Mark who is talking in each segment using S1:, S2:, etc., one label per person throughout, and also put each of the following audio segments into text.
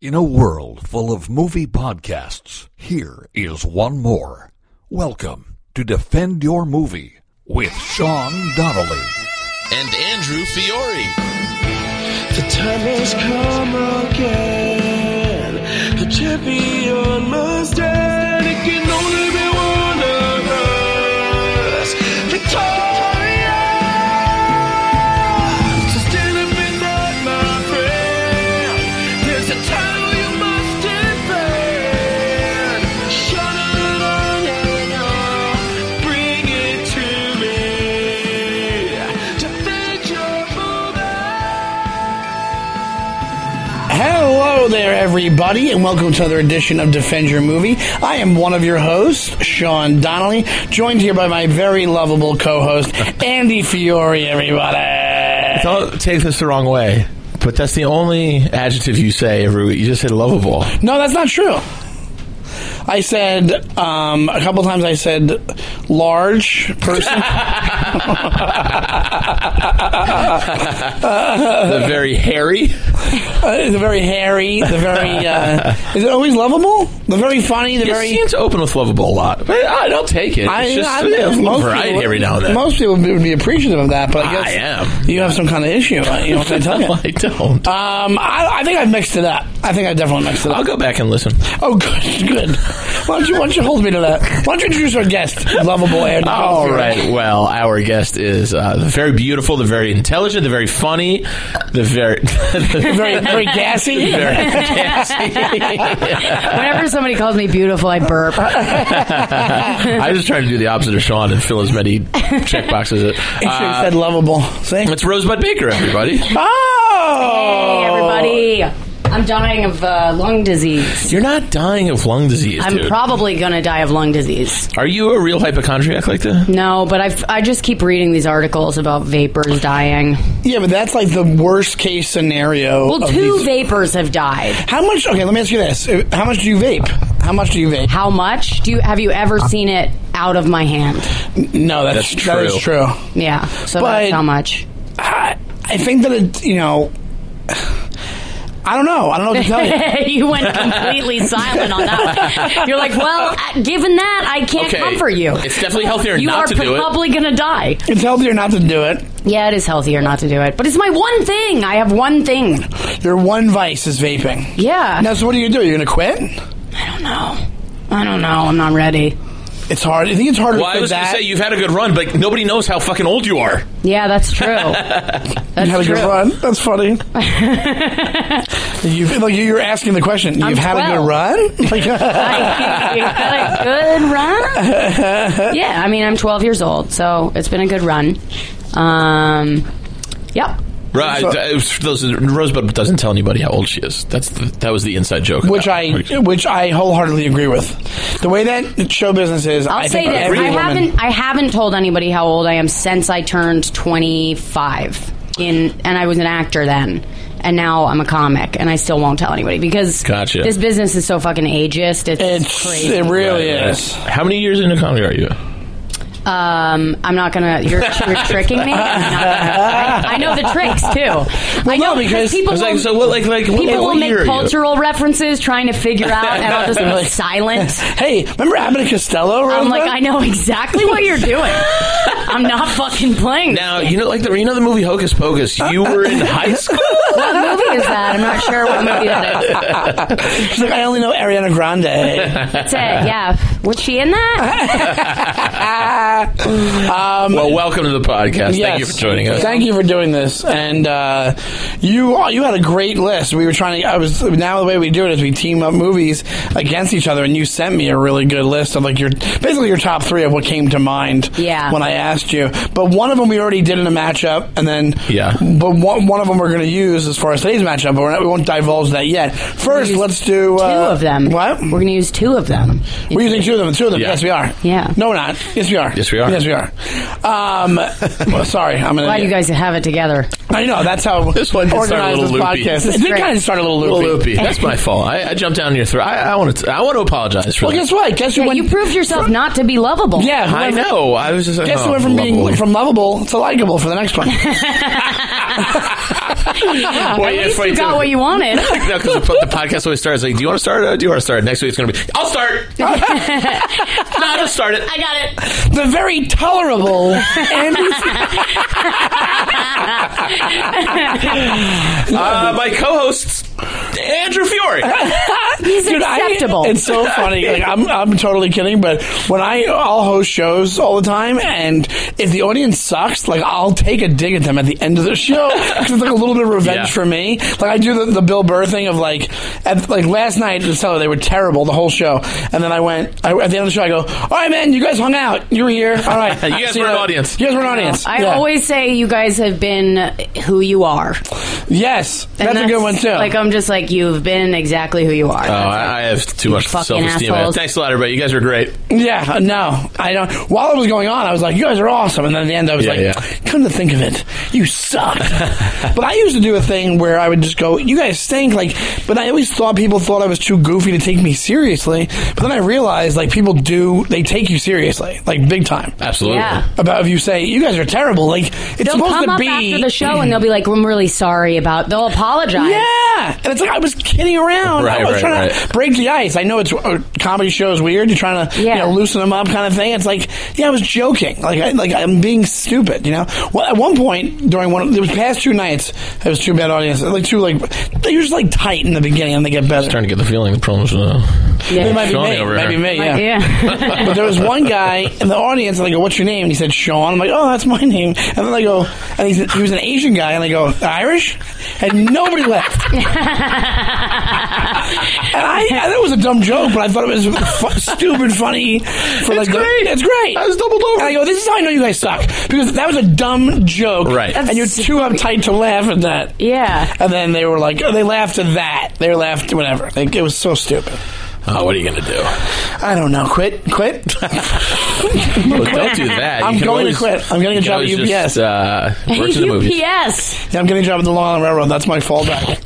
S1: In a world full of movie podcasts, here is one more. Welcome to Defend Your Movie with Sean Donnelly.
S2: and Andrew Fiore.
S3: The time has come again. The champion must stand. It can only be one of us. Victoria! So stand up in that, my friend. There's a title you must defend. Shut it on and on. Bring it to me. Defend your movie.
S4: Hello there, everybody, and welcome to another edition of Defend Your Movie. I am one of your hosts, Sean Donnelly, joined here by my very lovable co-host, Andy Fiore. Everybody,
S5: Don't take this the wrong way, but that's the only adjective you say every week. You just say lovable.
S4: no, that's not true. I said um, a couple times. I said large person.
S5: The very hairy.
S4: uh, the very hairy. The very uh, is it always lovable? The very funny. The
S5: You
S4: very.
S5: seem to open with lovable a lot. But I don't take it. it's just
S4: mean,
S5: yeah, a little
S4: most
S5: variety
S4: people-
S5: every now and then.
S4: Most people would be- would be appreciative of that, but I guess
S5: I am.
S4: you have some kind of issue. uh, You know what I tell you?
S5: No, I don't.
S4: Um, I, I think I mixed it up. I think I definitely mixed it
S5: I'll
S4: up.
S5: go back and listen.
S4: Oh, good, good. Why don't you why don't you hold me to that? Why don't you introduce our guest, lovable Andy?
S5: All right. Well, our guest is uh, the very beautiful, the very intelligent, the very funny, the very, the
S4: Very, very gassy.
S5: very
S6: Whenever somebody calls me beautiful, I burp.
S5: I was trying to do the opposite of Sean and fill as many check boxes.
S4: You should have
S5: Uh,
S4: said lovable. See?
S5: it's Rosebud Baker, everybody.
S6: Hey,
S4: Oh,
S6: everybody. I'm dying of uh, lung disease.
S5: You're not dying of lung disease,
S6: I'm
S5: dude.
S6: probably going to die of lung disease.
S5: Are you a real hypochondriac like that?
S6: No, but I've, I just keep reading these articles about vapors dying.
S4: yeah, but that's like the worst case scenario.
S6: Well,
S4: of
S6: two
S4: these-
S6: vapors have died.
S4: How much? Okay, let me ask you this: How much do you vape? How much do you vape?
S6: How much? Do you, have you ever seen it out of my hand?
S4: No, that's,
S5: That's
S4: that is
S5: true.
S4: true.
S6: Yeah. So
S4: But-
S6: that's how much?
S4: I, I think that it, you know, I don't know. I don't know what to tell you.
S6: you went completely silent on that one. You're like, well, uh, given that, I can't comfort you.
S5: It's definitely healthier
S6: You
S5: not
S6: are
S5: to do it.
S6: probably going to die.
S4: It's healthier not to do it.
S6: Yeah, it is healthier not to do it. But it's my one thing. I have one thing.
S4: Your one vice is vaping.
S6: Yeah.
S4: Now, so what do you do? You're gonna quit?
S6: I don't know. I don't know. I'm not ready.
S4: It's hard. I think it's harder
S5: Well, I
S4: for
S5: was going to
S4: that.
S5: say you've had a good run, but nobody knows how fucking old you are.
S6: Yeah, that's true. That's
S4: you had a
S6: true.
S4: good run. That's funny. you like you- you're asking the question. You've had a good
S6: 12.
S4: run. Like,
S6: I- you had a good run. Yeah, I mean, I'm 12 years old, so it's been a good run. Um, yep.
S5: Right.
S4: So-
S5: I- I- those- Rosebud doesn't tell anybody how old she is. That's the, that was the inside joke.
S4: which
S5: about-
S4: I which I wholeheartedly agree with. The way that show business is,
S6: I'll
S4: I
S6: say
S4: think
S6: this:
S4: every
S6: I
S4: woman-
S6: haven't I haven't told anybody how old I am since I turned 25. In and I was an actor then, and now I'm a comic, and I still won't tell anybody because
S5: Gotcha.
S6: this business is so fucking ageist. It's,
S4: It's
S6: crazy.
S4: it really
S5: Right, right.
S4: is.
S5: How many years into comedy are you?
S6: Um, I'm not gonna. You're, you're tricking me. I'm not gonna- I, I know the tricks too. I know
S4: no, because-
S6: people
S5: I was like,
S6: will,
S5: so what? Like, like what,
S6: people
S5: what
S6: will
S5: year are
S6: make
S5: you?
S6: cultural references trying to figure out, and I'll just be silent.
S4: Hey, remember Abbott and Costello?
S6: I'm
S4: Rosebud?
S6: like, I know exactly what you're doing. I'm not fucking playing.
S5: Now you know, like the you know the movie Hocus Pocus. You were in high school.
S6: what movie is that? I'm not sure what movie that is.
S4: She's like, I only know Ariana Grande.
S6: That's it. Yeah, was she in that?
S5: well, welcome to the podcast.
S4: Yes.
S5: Thank you for joining us.
S4: Thank you for doing this. And uh, you you had a great list. We were trying to. I was now the way we do it is we team up movies against each other. And you sent me a really good list of like your basically your top three of what came to mind.
S6: Yeah.
S4: When I asked you, but one of them we already did in a matchup, and then
S5: Yeah.
S4: But one, one of them we're going to use as far as today's matchup, but we're not, we won't divulge that yet. First, let's do
S6: Two
S4: uh,
S6: of them.
S4: What?
S6: We're gonna use two of them.
S4: We're using two of them. Two of them.
S5: Yeah.
S4: Yes, we are.
S6: Yeah.
S4: No, we're not. Yes, we are.
S5: Yes, we are.
S4: Yes, we are. Um, well, sorry, I'm an
S6: Glad
S4: idiot.
S6: you guys have it together.
S4: I know that's how
S5: This one did start a
S4: organized this
S5: little loopy.
S4: podcast.
S5: This
S4: It did
S6: great.
S4: kind of start a little
S5: A
S4: loopy.
S5: little loopy. That's my fault. I, I jumped down your throat. I, I want to. I want to apologize for
S4: Well,
S5: that.
S4: guess what? Guess who
S6: Yeah,
S4: went?
S6: you proved yourself not to be lovable.
S4: Yeah, who
S5: I
S4: went-
S5: know. I was just like,
S4: Guess
S5: oh,
S4: who went from being
S5: lovely.
S4: from lovable to likable for the next one?
S5: Well, yeah,
S6: At
S5: it's
S6: least
S5: funny,
S6: you got
S5: too.
S6: what you wanted.
S5: No, because the, the podcast always starts like, "Do you want to start? Or do you want to start?" Next week it's going to be, "I'll start." no, I'll just start it.
S6: I got it.
S4: The very tolerable Andy
S5: Uh, my co-hosts, Andrew Fiore. Oh,
S6: He's
S4: Dude, I-
S6: acceptable.
S4: it's so funny. Like I'm, I'm totally kidding, but when I, I'll host shows all the time, and if the audience sucks, like I'll take a dig at them at the end of the show 'cause it's like a little bit of revenge
S5: Yeah.
S4: for me. Like I do the, the Bill Burr thing of like, at, like last night the cellar they were terrible the whole show, and then I went I, at the end of the show I go, all right man, you guys hung out, you were here, all right,
S5: You guys
S4: See
S5: were an
S4: ya.
S5: audience."
S4: you guys were an audience.
S6: I
S4: Yeah.
S6: always say you guys have been who you are.
S4: yes,
S6: And
S4: that's, a good one too.
S6: Like I'm just like you've been exactly who you are.
S5: Oh, I, I have too much
S6: fucking
S5: self-esteem.
S6: assholes.
S5: Thanks a lot, everybody. You guys were great.
S4: Yeah, uh, no, I don't. While it was going on, I was like, "You guys are awesome," and then at the end, I was
S5: Yeah,
S4: like,
S5: yeah.
S4: "Come to think of it, you suck." but I used to do a thing where I would just go, "You guys stink!" Like, but I always thought people thought I was too goofy to take me seriously. But then I realized, like, people do they take you seriously, like big time.
S5: Absolutely.
S6: Yeah.
S4: About if you say you guys are terrible, like it's
S6: they'll
S4: supposed
S6: come
S4: to
S6: up
S4: be
S6: after the show and they'll be like, "I'm really sorry about." They'll apologize.
S4: Yeah, and it's like I was kidding around.
S5: Right,
S4: I was
S5: right,
S4: trying
S5: right.
S4: to break the ice. I know it's a comedy show is weird. You're trying to
S6: Yeah.
S4: you know, loosen them up, kind of thing. It's like yeah, I was joking. Like I, like I'm being stupid. You know. Well, at one point during one, it was past two nights. It was two bad audiences. Like two like they're just like tight in the beginning and they get better.
S5: Trying to get the feeling. The problems. Uh,
S6: Yeah.
S4: It might be
S5: Sean
S4: me.
S5: over
S4: It might be
S5: here.
S4: me.
S6: Like,
S4: yeah.
S6: yeah.
S4: but there was one guy in the audience, and I go, "What's your name?" And he said, "Sean." I'm like, "Oh, that's my name." And then I go, and he's, he was an Asian guy, and I go, "Irish," and nobody left. and I, I thought it was a dumb joke, but I thought it was fu- stupid, funny. For like,
S5: It's
S4: the-
S5: great.
S4: it's great.
S5: I was doubled over.
S4: And I go, "This is how I know you guys suck," because that was a dumb joke,
S5: Right.
S4: and you're too uptight to laugh at that.
S6: yeah.
S4: And then they were like, oh, they laughed at that. They laughed, whatever. Like, it was so stupid.
S5: oh, what are you going to do?
S4: I don't know. Quit, quit.
S5: Well, don't do that.
S4: I'm
S5: You can
S4: going
S5: always-
S4: to quit. I'm getting a
S5: you can
S4: job at
S5: always
S4: UPS.
S5: Just, uh, work to the movies.
S6: UPS.
S4: Yeah, I'm getting a job at the Long Island Railroad. That's my fallback.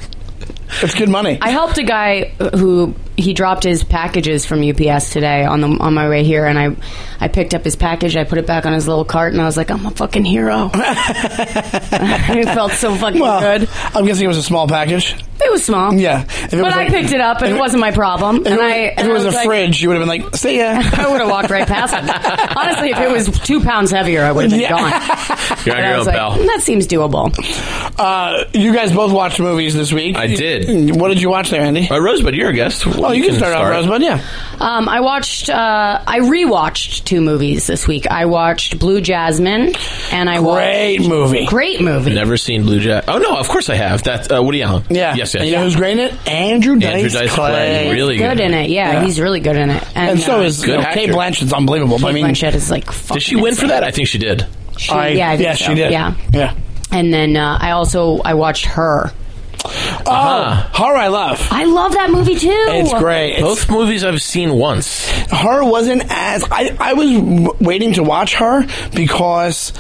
S4: it's good money.
S6: I helped a guy who he dropped his packages from UPS today on the on my way here, and I I picked up his package, I put it back on his little cart, and I was like, I'm a fucking hero. it felt so fucking
S4: well,
S6: good.
S4: I'm guessing it was a small package.
S6: It was small,
S4: Yeah, if it
S6: but
S4: was
S6: I
S4: like-
S6: picked it up, and
S4: if
S6: it wasn't my problem.
S4: If
S6: and
S4: it was,
S6: I
S4: if
S6: and
S4: it
S6: I
S4: was, a
S6: like-
S4: fridge, you would have been like, "See ya."
S6: I would have walked right past it. Honestly, if it was two pounds heavier, I would have been
S4: Yeah.
S6: gone.
S5: You're on
S6: But
S5: your
S6: I
S5: own,
S6: was like,
S5: pal.
S6: "Mm, that seems doable.
S4: Uh, you guys both watched movies this week.
S5: I did.
S4: What did you watch there, Andy?
S5: Uh, Rosebud, you're a guest.
S4: Oh, you, can start, off, Rosebud. Yeah.
S6: Um, I watched, uh, I rewatched two movies this week. I watched Blue Jasmine, and I
S4: Great
S6: watched
S4: movie.
S6: great movie.
S5: Never seen Blue Jack. Oh no, of course I have. That uh, Woody Allen.
S4: Yeah.
S5: Yes,
S4: And
S5: yes.
S4: you know who's great in it? Andrew Dice,
S5: Andrew Dice Clay. Really
S6: good,
S5: good.
S6: in it. Yeah,
S4: Yeah.
S6: he's really good in it. And,
S4: And so
S6: uh,
S4: is
S5: Good
S4: you know,
S5: actor.
S4: Kate Blanchett's unbelievable. but I
S6: Kate
S4: mean,
S6: Blanchett is like.
S5: Did she win for that? I think she did.
S6: She,
S4: I,
S6: yeah, I think
S4: yeah,
S6: so.
S4: she did.
S6: Yeah,
S4: Yeah.
S6: and then uh, I also I watched her.
S4: Oh,
S5: Uh-huh.
S4: horror I love.
S6: I love that movie too.
S4: It's great. It's-
S5: Both movies I've seen once.
S4: her wasn't as I, I was w- waiting to watch her because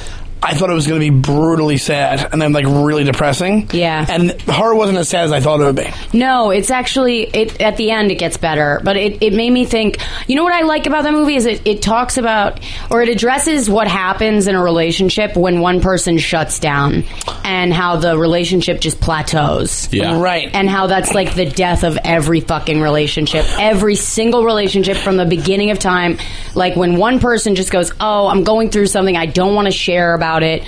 S4: I thought it was going to be brutally sad and then like really depressing.
S6: Yeah.
S4: And her wasn't as sad as I thought it would be.
S6: No, it's actually it at the end it gets better, but it, it made me think. You know what I like about that movie is it, it talks about or it addresses what happens in a relationship when one person shuts down and how the relationship just plateaus.
S5: Yeah.
S4: Right.
S6: And how that's like the death of every fucking relationship. Every single relationship from the beginning of time. Like when one person just goes, "Oh, I'm going through something. I don't want to share about it."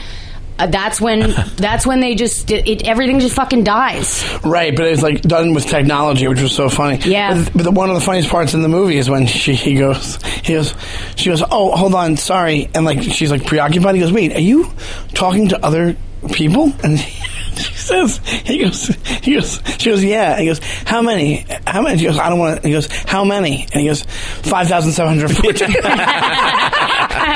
S6: Uh, that's when that's when they just it, it everything just fucking dies.
S4: Right, but it's like done with technology, which was so funny.
S6: Yeah.
S4: But, but the, one of the funniest parts in the movie is when she he goes, he goes, she goes, oh, hold on, sorry, and like she's like preoccupied. He goes, wait, are you talking to other people? And she says, he goes, he goes, she goes, yeah. He goes, how many? How many? She goes, I don't want. to He goes, how many? And he goes, five thousand seven hundred forty. but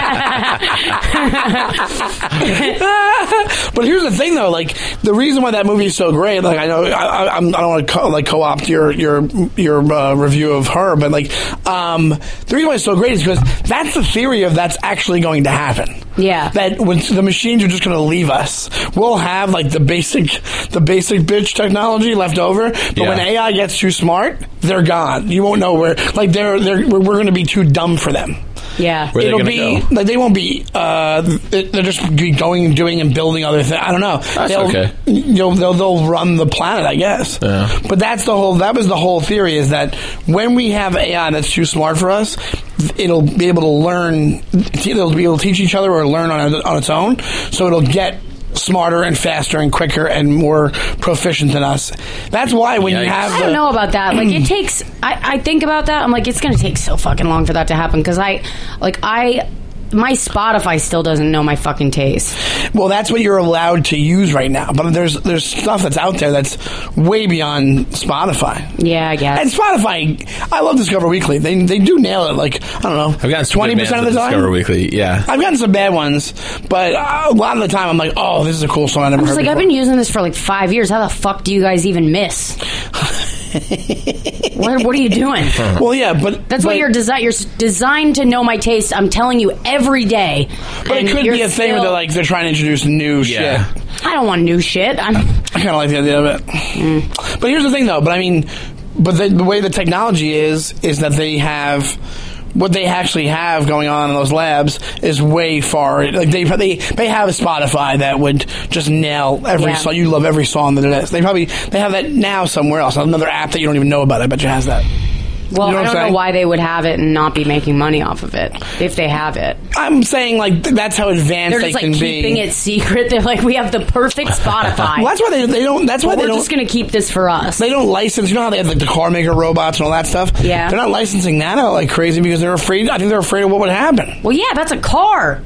S4: here's the thing, though. Like the reason why that movie is so great, like I know I, I, I'm- I don't want to co- like co-opt your your your uh, review of her, but like um, the reason why it's so great is because that's the theory of that's actually going to happen.
S6: Yeah.
S4: that when the machines are just going to leave us, we'll have like the basic the basic bitch technology left over. But
S5: Yeah.
S4: when AI gets too smart, they're gone. You won't know where. Like they're they're we're, we're going to be too dumb for them.
S6: Yeah.
S5: Where are they
S4: It'll
S5: going to
S4: be
S5: go?
S4: like they won't be. Uh, they- they're just be going and doing and building other things. I don't know.
S5: That's
S4: they'll,
S5: okay.
S4: You know, they'll they'll run the planet, I guess.
S5: Yeah.
S4: But that's the whole. That was the whole theory is that when we have AI that's too smart for us, it'll be able to learn. They'll be able to teach each other or learn on on its own. So it'll get. Smarter and faster and quicker and more proficient than us. That's why when
S5: Yikes.
S4: you have
S6: I
S4: the,
S6: don't know about that. Like it takes. I, I think about that. I'm like, it's gonna take so fucking long for that to happen because I, like I, my Spotify still doesn't know my fucking taste.
S4: Well, that's what you're allowed to use right now. But there's there's stuff that's out there that's way beyond Spotify.
S6: Yeah, I guess.
S4: And Spotify, I love Discover Weekly. They they do nail it. Like I don't know,
S5: I've gotten some good bands at Discover Weekly. Yeah.
S4: I've gotten some bad ones, but uh, a lot of the time I'm like, oh, this is a cool song I never
S6: I'm
S4: heard.
S6: just like, I've
S4: before.
S6: been using this for like five years. How the fuck do you guys even miss? what, what are you doing?
S4: Well, yeah, but
S6: That's
S4: but,
S6: what you're designed. You're s- designed to know my taste. I'm telling you every day.
S4: But it
S6: And
S4: could
S6: you're
S4: be a thing where
S6: still-
S4: they're like they're trying to introduce new
S5: Yeah.
S4: shit.
S6: I don't want new shit. I'm.
S4: I kind of like the idea of it.
S6: Mm.
S4: But here's the thing, though. But I mean, but the, the way the technology is is that they have what they actually have going on in those labs is way far. Like they they they have a Spotify that would just nail every
S6: Yeah.
S4: song. You love every song that it is. They probably they have that now somewhere else. Another app that you don't even know about. I bet you has that.
S6: Well,
S4: You know what
S6: I
S4: I'm
S6: don't know
S4: saying?
S6: why they would have it and not be making money off of it if they have it.
S4: I'm saying like th- that's how advanced
S6: They're
S4: they
S6: just like
S4: can
S6: keeping
S4: be.
S6: it secret. They're like, we have the perfect Spotify.
S4: Well, that's why they, they don't. That's why
S6: We're
S4: they don't.
S6: just gonna keep this for us.
S4: they don't license. You know how they have like the car maker robots and all that stuff.
S6: Yeah.
S4: they're not licensing that out like crazy because they're afraid. I think they're afraid of what would happen.
S6: well, yeah, that's a car.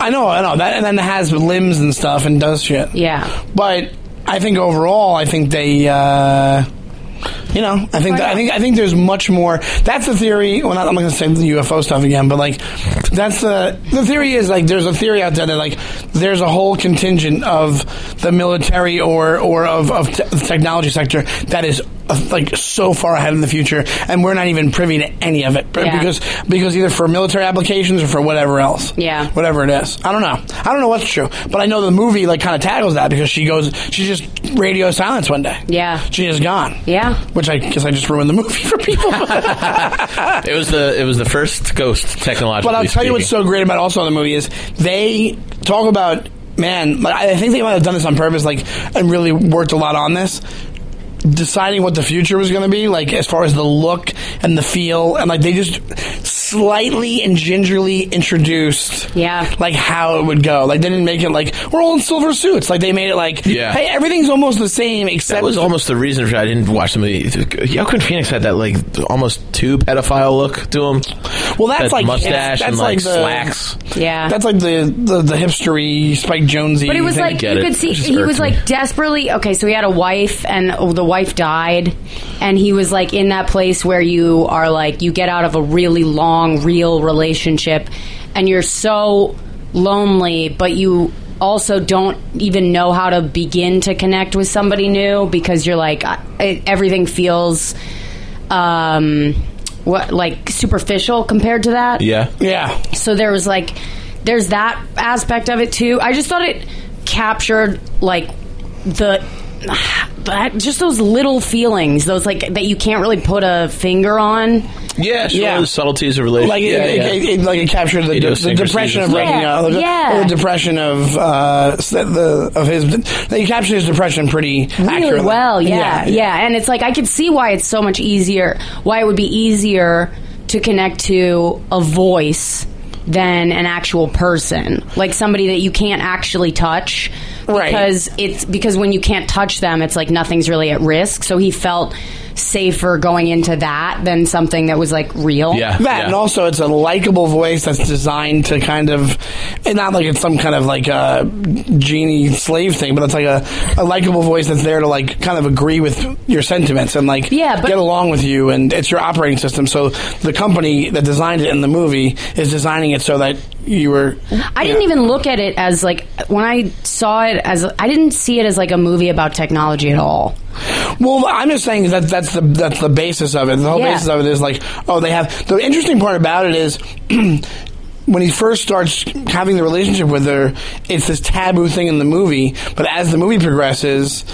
S4: I know, I know that, and then it has limbs and stuff and does shit.
S6: Yeah.
S4: but I think overall, I think they. Uh, you know, I think that, I think I think there's much more. That's the theory. Well, not, I'm not going to say the UFO stuff again, but like, that's the the theory is like there's a theory out there that like there's a whole contingent of the military or or of, of te- the technology sector that is uh, like so far ahead in the future, and we're not even privy to any of it b-
S6: Yeah.
S4: because because either for military applications or for whatever else,
S6: Yeah.
S4: whatever it is. I don't know. I don't know what's true, but I know the movie like kind of tackles that because she goes she just radio silence one day,
S6: Yeah.
S4: she is gone.
S6: Yeah.
S4: Which I guess I just ruined the movie for people.
S5: It was the it was the first ghost technologically.
S4: but I'll tell you what's
S5: speaking.
S4: so great about also the movie is they talk about man. Like I think they might have done this on purpose, like and really worked a lot on this. Deciding what the future was going to be, like as far as the look and the feel, and like they just slightly and gingerly introduced,
S6: Yeah.
S4: like how it would go. Like they didn't make it like we're all in silver suits. Like they made it like,
S5: Yeah.
S4: hey, everything's almost the same except
S5: that was almost the reason for I didn't watch the movie. Joaquin Phoenix had that like almost too pedophile look to him.
S4: well, that's
S5: that
S4: like
S5: mustache
S4: that's
S5: and like,
S4: like the-
S5: slacks.
S6: Yeah.
S4: That's like the the, the hipstery Spike Jonesy.
S6: But it was
S4: thing.
S6: like you
S5: get it.
S6: could see
S5: It just
S6: he
S5: irked
S6: was
S5: me.
S6: like desperately okay. So he had a wife, and oh, the wife died, and he was like in that place where you are like you get out of a really long, real relationship, and you're so lonely, but you also don't even know how to begin to connect with somebody new because you're like I- it, everything feels. Um, what like superficial compared to that?
S5: Yeah,
S4: yeah,
S6: so there was like there's that aspect of it too i just thought it captured like the that, just those little feelings those like that you can't really put a finger on
S5: yeah, sure.
S4: Yeah.
S5: The subtleties of relationship.
S4: like
S5: yeah,
S4: it,
S5: yeah.
S4: It, it, like it captured the, de- the
S5: Idiosyncrasies
S4: depression of
S5: and
S4: breaking
S6: stuff.
S4: up,
S6: Yeah,
S4: or
S6: yeah.
S4: the depression of uh, s- the of his. They captured his depression pretty
S6: really
S4: accurately.
S6: well yeah, yeah and it's like i could see why it's so much easier why it would be easier to connect to a voice than an actual person like somebody that you can't actually touch
S4: Right.
S6: because it's because when you can't touch them it's like nothing's really at risk so he felt safer going into that than something that was like real
S5: yeah,
S4: That
S5: yeah.
S4: and also it's a likable voice that's designed to kind of, and not like it's some kind of like a genie slave thing, but it's like a, a likable voice that's there to like kind of agree with your sentiments and like
S6: Yeah, but-
S4: get along with you, and it's your operating system. So the company that designed it in the movie is designing it so that you were.
S6: I didn't even look at it as like when I saw it as I didn't see it as like a movie about technology at all.
S4: Well, I'm just saying that that's the that's the basis of it. The whole
S6: Yeah.
S4: basis of it is like, oh, they have the interesting part about it is. When he first starts having the relationship with her, it's this taboo thing in the movie. But as the movie progresses,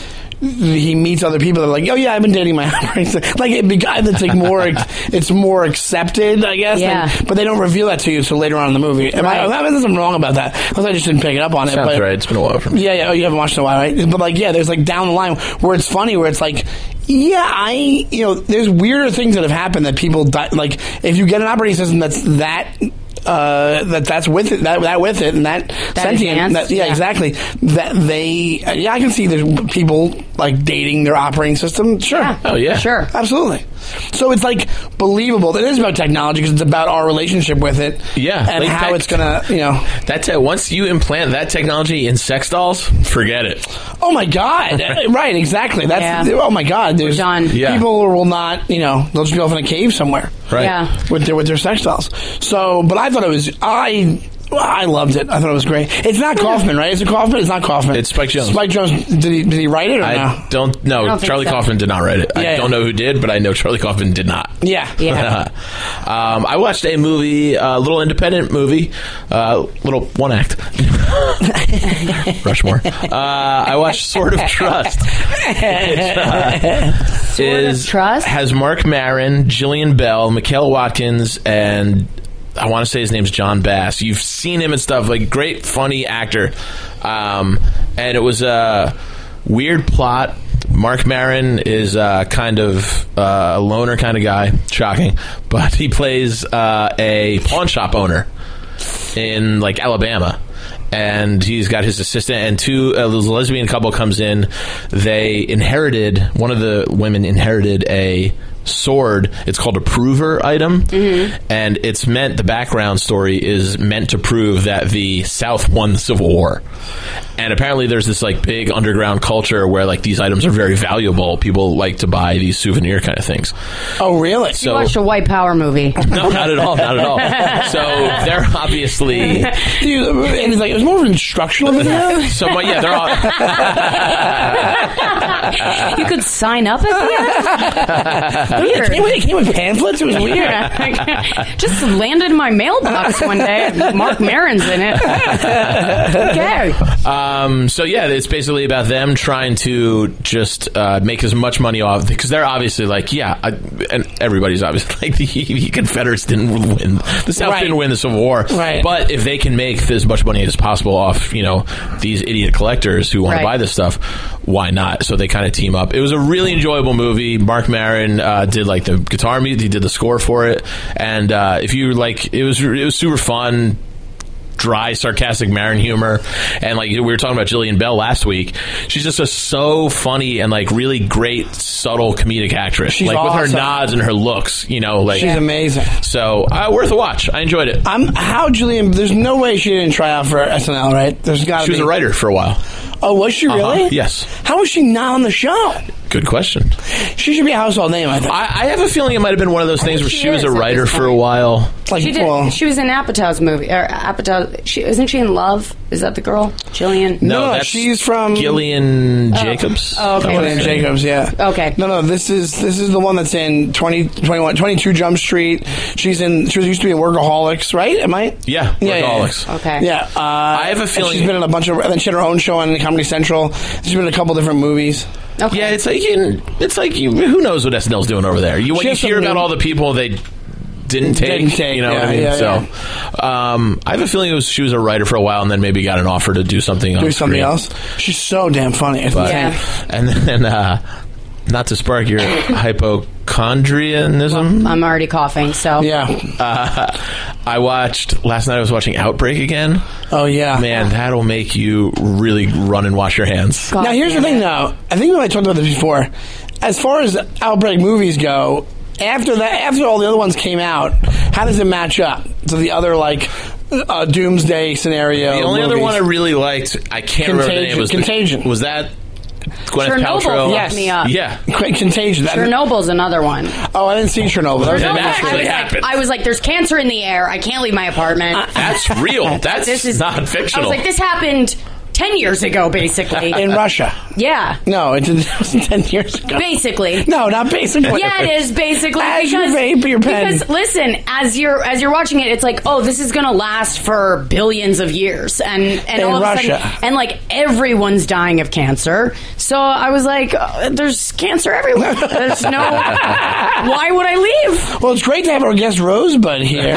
S4: he meets other people that are like, oh yeah, I've been dating my operating. system." like it, beca- it's like more, ex- it's more accepted, I guess.
S6: Yeah.
S4: than- but they don't reveal that to you until later on in the movie. Am I?
S6: Right.
S4: That was I'm wrong about that. Unless I just didn't pick it up on it.
S5: Sounds
S4: but,
S5: right. It's been a while for me.
S4: Yeah, yeah. Oh, you haven't watched it in a while, right? But like, yeah, there's like down the line where it's funny, where it's like, yeah, I, you know, there's weirder things that have happened that people di- like. If you get an operating system that's that. Uh, that that's with it, that that with it, and that, sentient,
S6: advanced,
S4: that, yeah,
S6: yeah.
S4: exactly. That they, uh, yeah, I can see there's people like dating their operating system. Sure,
S5: Oh, yeah.
S6: Sure.
S4: absolutely. So it's like believable. It is about technology because it's about our relationship with it,
S5: Yeah,
S4: and
S5: like
S4: how
S5: tech-
S4: it's gonna, you know,
S5: That's it. Once you implant that technology in sex dolls, forget it.
S4: Oh my god! right, exactly. That's
S6: Yeah.
S4: oh my god. There's
S6: done.
S5: Yeah.
S4: people will not, you know, they'll just be off in a cave somewhere
S5: Right.
S6: Yeah.
S4: with their with their sex dolls. So, but I thought it was I. I loved it. I thought it was great. It's not Kaufman, right? Is it Kaufman? It's not Kaufman.
S5: It's Spike Jonze.
S4: Spike Jones. Did he, did he write it or
S5: I
S4: no?
S5: don't know.
S6: don't think
S5: Charlie
S6: so.
S5: Kaufman did not write it.
S4: Yeah,
S5: I don't
S4: yeah.
S5: know who did, but I know Charlie Kaufman did not.
S4: Yeah.
S6: Yeah.
S5: um, I watched a movie, a little independent movie, uh, little one act. Rushmore. Uh, I watched Sword of Trust. Which, uh, is,
S6: Trust?
S5: has Mark Maron, Gillian Bell, Mikhail Watkins, and I want to say his name's John Bass. You've seen him and stuff. Like great, funny actor. Um, and it was a weird plot. Mark Maron is uh, kind of uh, a loner kind of guy. Shocking, but he plays uh, a pawn shop owner in like Alabama, and he's got his assistant and two a lesbian couple comes in. They inherited one of the women inherited a sword. It's called a prover item, and it's meant the background story is meant to prove that the South won the Civil War. And apparently, there's this like big underground culture where like these items are very valuable. People like to buy these souvenir kind of things.
S4: Oh, really?
S5: So
S6: You watched a white power movie.
S5: no, not at all, not at all. So they're obviously
S4: Dude, and it's like it was more of an instructional video.
S5: so. But yeah, they're all.
S6: you could sign up at the end.
S4: it, came, with-
S6: Weird.
S4: it came with pamphlets. It was weird.
S6: Just landed in my mailbox one day. Mark Maron's in it. Okay.
S5: Um, so yeah, it's basically about them trying to just uh, make as much money off because they're obviously like, yeah, I, and everybody's obviously like the, the Confederates didn't win, the South
S4: Right.
S5: didn't win the Civil War,
S4: Right.
S5: But if they can make as much money as possible off, you know, these idiot collectors who want
S6: Right.
S5: to buy this stuff, why not? So they kind of team up. It was a really enjoyable movie. Mark Maron uh, did like the guitar music, he did the score for it, and uh, if you like, it was it was super fun dry, sarcastic Marin humor. And like we were talking about Jillian Bell last week, she's just a so funny and like really great, subtle comedic actress.
S4: She's
S5: like with
S4: awesome.
S5: her nods and her looks, you know, like
S4: She's amazing.
S5: so uh, worth a watch. I enjoyed it.
S4: I'm how Julian. There's no way she didn't try out for SNL, right? There's got to
S5: She
S4: be.
S5: was a writer for a while.
S4: Oh, was she
S5: Uh-huh,
S4: really?
S5: yes.
S4: How was she not on the show?
S5: Good question.
S4: She should be a household name, I think.
S5: I, I have a feeling it might have been one of those things where
S6: she
S5: she was
S6: is
S5: a
S6: at
S5: writer
S6: this
S5: for a
S6: point.
S5: while.
S4: Like,
S6: She did.
S4: well,
S6: she was in Apatow's movie. Or Apatow. She isn't she in Love? Is that the girl? Jillian.
S4: No, no,
S5: that's
S4: she's from-
S5: Gillian Jacobs.
S6: Oh, okay.
S5: I wanna
S4: Gillian
S5: say.
S4: Jacobs, yeah.
S6: Okay.
S4: No, no, this is this is the one that's in 20, 21, 22 Jump Street. She's in. She was, used to be in Workaholics, right? Am I?
S5: Yeah, Workaholics.
S6: Okay.
S4: Yeah. Uh, I
S5: have a feeling-
S4: she's been in a bunch of. And then she had her own show on Comedy Central. She's been in a couple different movies.
S6: Okay.
S5: Yeah, it's like you, it's like you, who knows what SNL's doing over there. You when
S4: She
S5: you
S4: has
S5: hear
S4: some
S5: about
S4: new-
S5: all the people they didn't take,
S4: Didn't take,
S5: you know what
S4: yeah,
S5: I mean?
S4: yeah,
S5: so, um, I have a feeling it was, she was a writer for a while, and then maybe got an offer to do something.
S4: Do something else. She's so damn funny. It's
S5: but,
S4: insane.
S6: Yeah.
S5: and then uh, not to spark your hypochondrianism.
S6: I'm already coughing. So
S4: Yeah.
S5: Uh, I watched last night. I was watching Outbreak again.
S4: Oh yeah.
S5: Man, that'll make you really run and wash your hands.
S6: God
S4: now here's the
S6: damn
S4: thing,
S6: it.
S4: though. I think we might talked about this before. As far as outbreak movies go, after that, after all the other ones came out, how does it match up to the other like uh, doomsday scenario?
S5: The only other
S4: movies?
S5: one I really liked, I can't remember the name.
S4: Contagion-
S5: Was the-
S4: Contagion.
S5: was that Gwyneth
S6: Chernobyl
S5: Paltrow?
S6: fucked
S4: Yes.
S6: me up.
S5: Yeah.
S4: Qu- Contagion. That,
S6: Chernobyl's another one. Oh,
S4: oh, I didn't see Chernobyl. That was
S5: That
S6: I was
S5: actually
S6: like-
S5: happened.
S6: I was like, "There's cancer in the air. I can't leave my apartment."
S5: That's real. That's
S6: This is
S5: not
S6: I
S5: fictional.
S6: was like, "This happened ten years ago, basically.
S4: in Russia.
S6: yeah,
S4: No, it didn't- it was ten years ago.
S6: basically.
S4: No, not basically.
S6: Yeah, it is basically
S4: As you
S6: because,
S4: vape your pen.
S6: Because listen, as you're as you're watching it, it's like, oh, this is gonna last for billions of years, and and
S4: In
S6: all of a
S4: Russia.
S6: sudden, and like everyone's dying of cancer. So I was like, uh, there's cancer everywhere. There's no. why would I leave?
S4: Well, it's great to have our guest Rosebud here.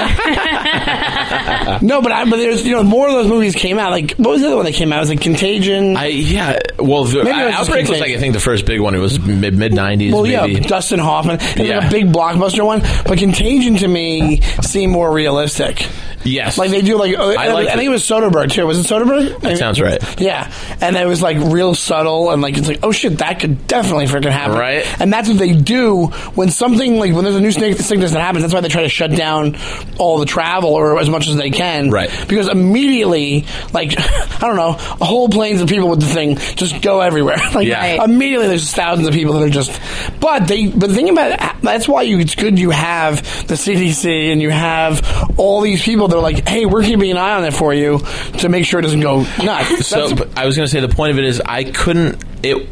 S4: no, but I, but there's you know more of those movies came out. Like what was the other one that came out? It was like Contagion.
S5: I yeah. Well, the,
S4: Maybe it was just
S5: Outbreak was like
S4: contagion.
S5: I think the first big one. It was mid mid nineties.
S4: well,
S5: maybe.
S4: yeah, Dustin Hoffman. It was like
S5: Yeah.
S4: a big blockbuster one, but Contagion to me seemed more realistic.
S5: Yes.
S4: Like they do, like uh,
S5: I
S4: I,
S5: liked
S4: I think
S5: it.
S4: it was Soderbergh too. Was it Soderbergh? That
S5: sounds right.
S4: Yeah, and it was like real subtle, and like it's like, oh shit, that could definitely freaking happen,
S5: Right.
S4: And that's what they do when something like when there's a new snake sickness that happens. That's why they try to shut down all the travel or as much as they can,
S5: Right.
S4: Because immediately, like I don't know, whole planes of people with the thing just go everywhere. like
S5: Yeah. Right.
S4: immediately, there's thousands of people that are just. But they, but the thing about it, that's why you, it's good you have the CDC and you have all these people that are like, hey, we're keeping an eye on it for you to make sure it doesn't go nuts.
S5: So
S4: That's-
S5: but I was going to say the point of it is I couldn't it.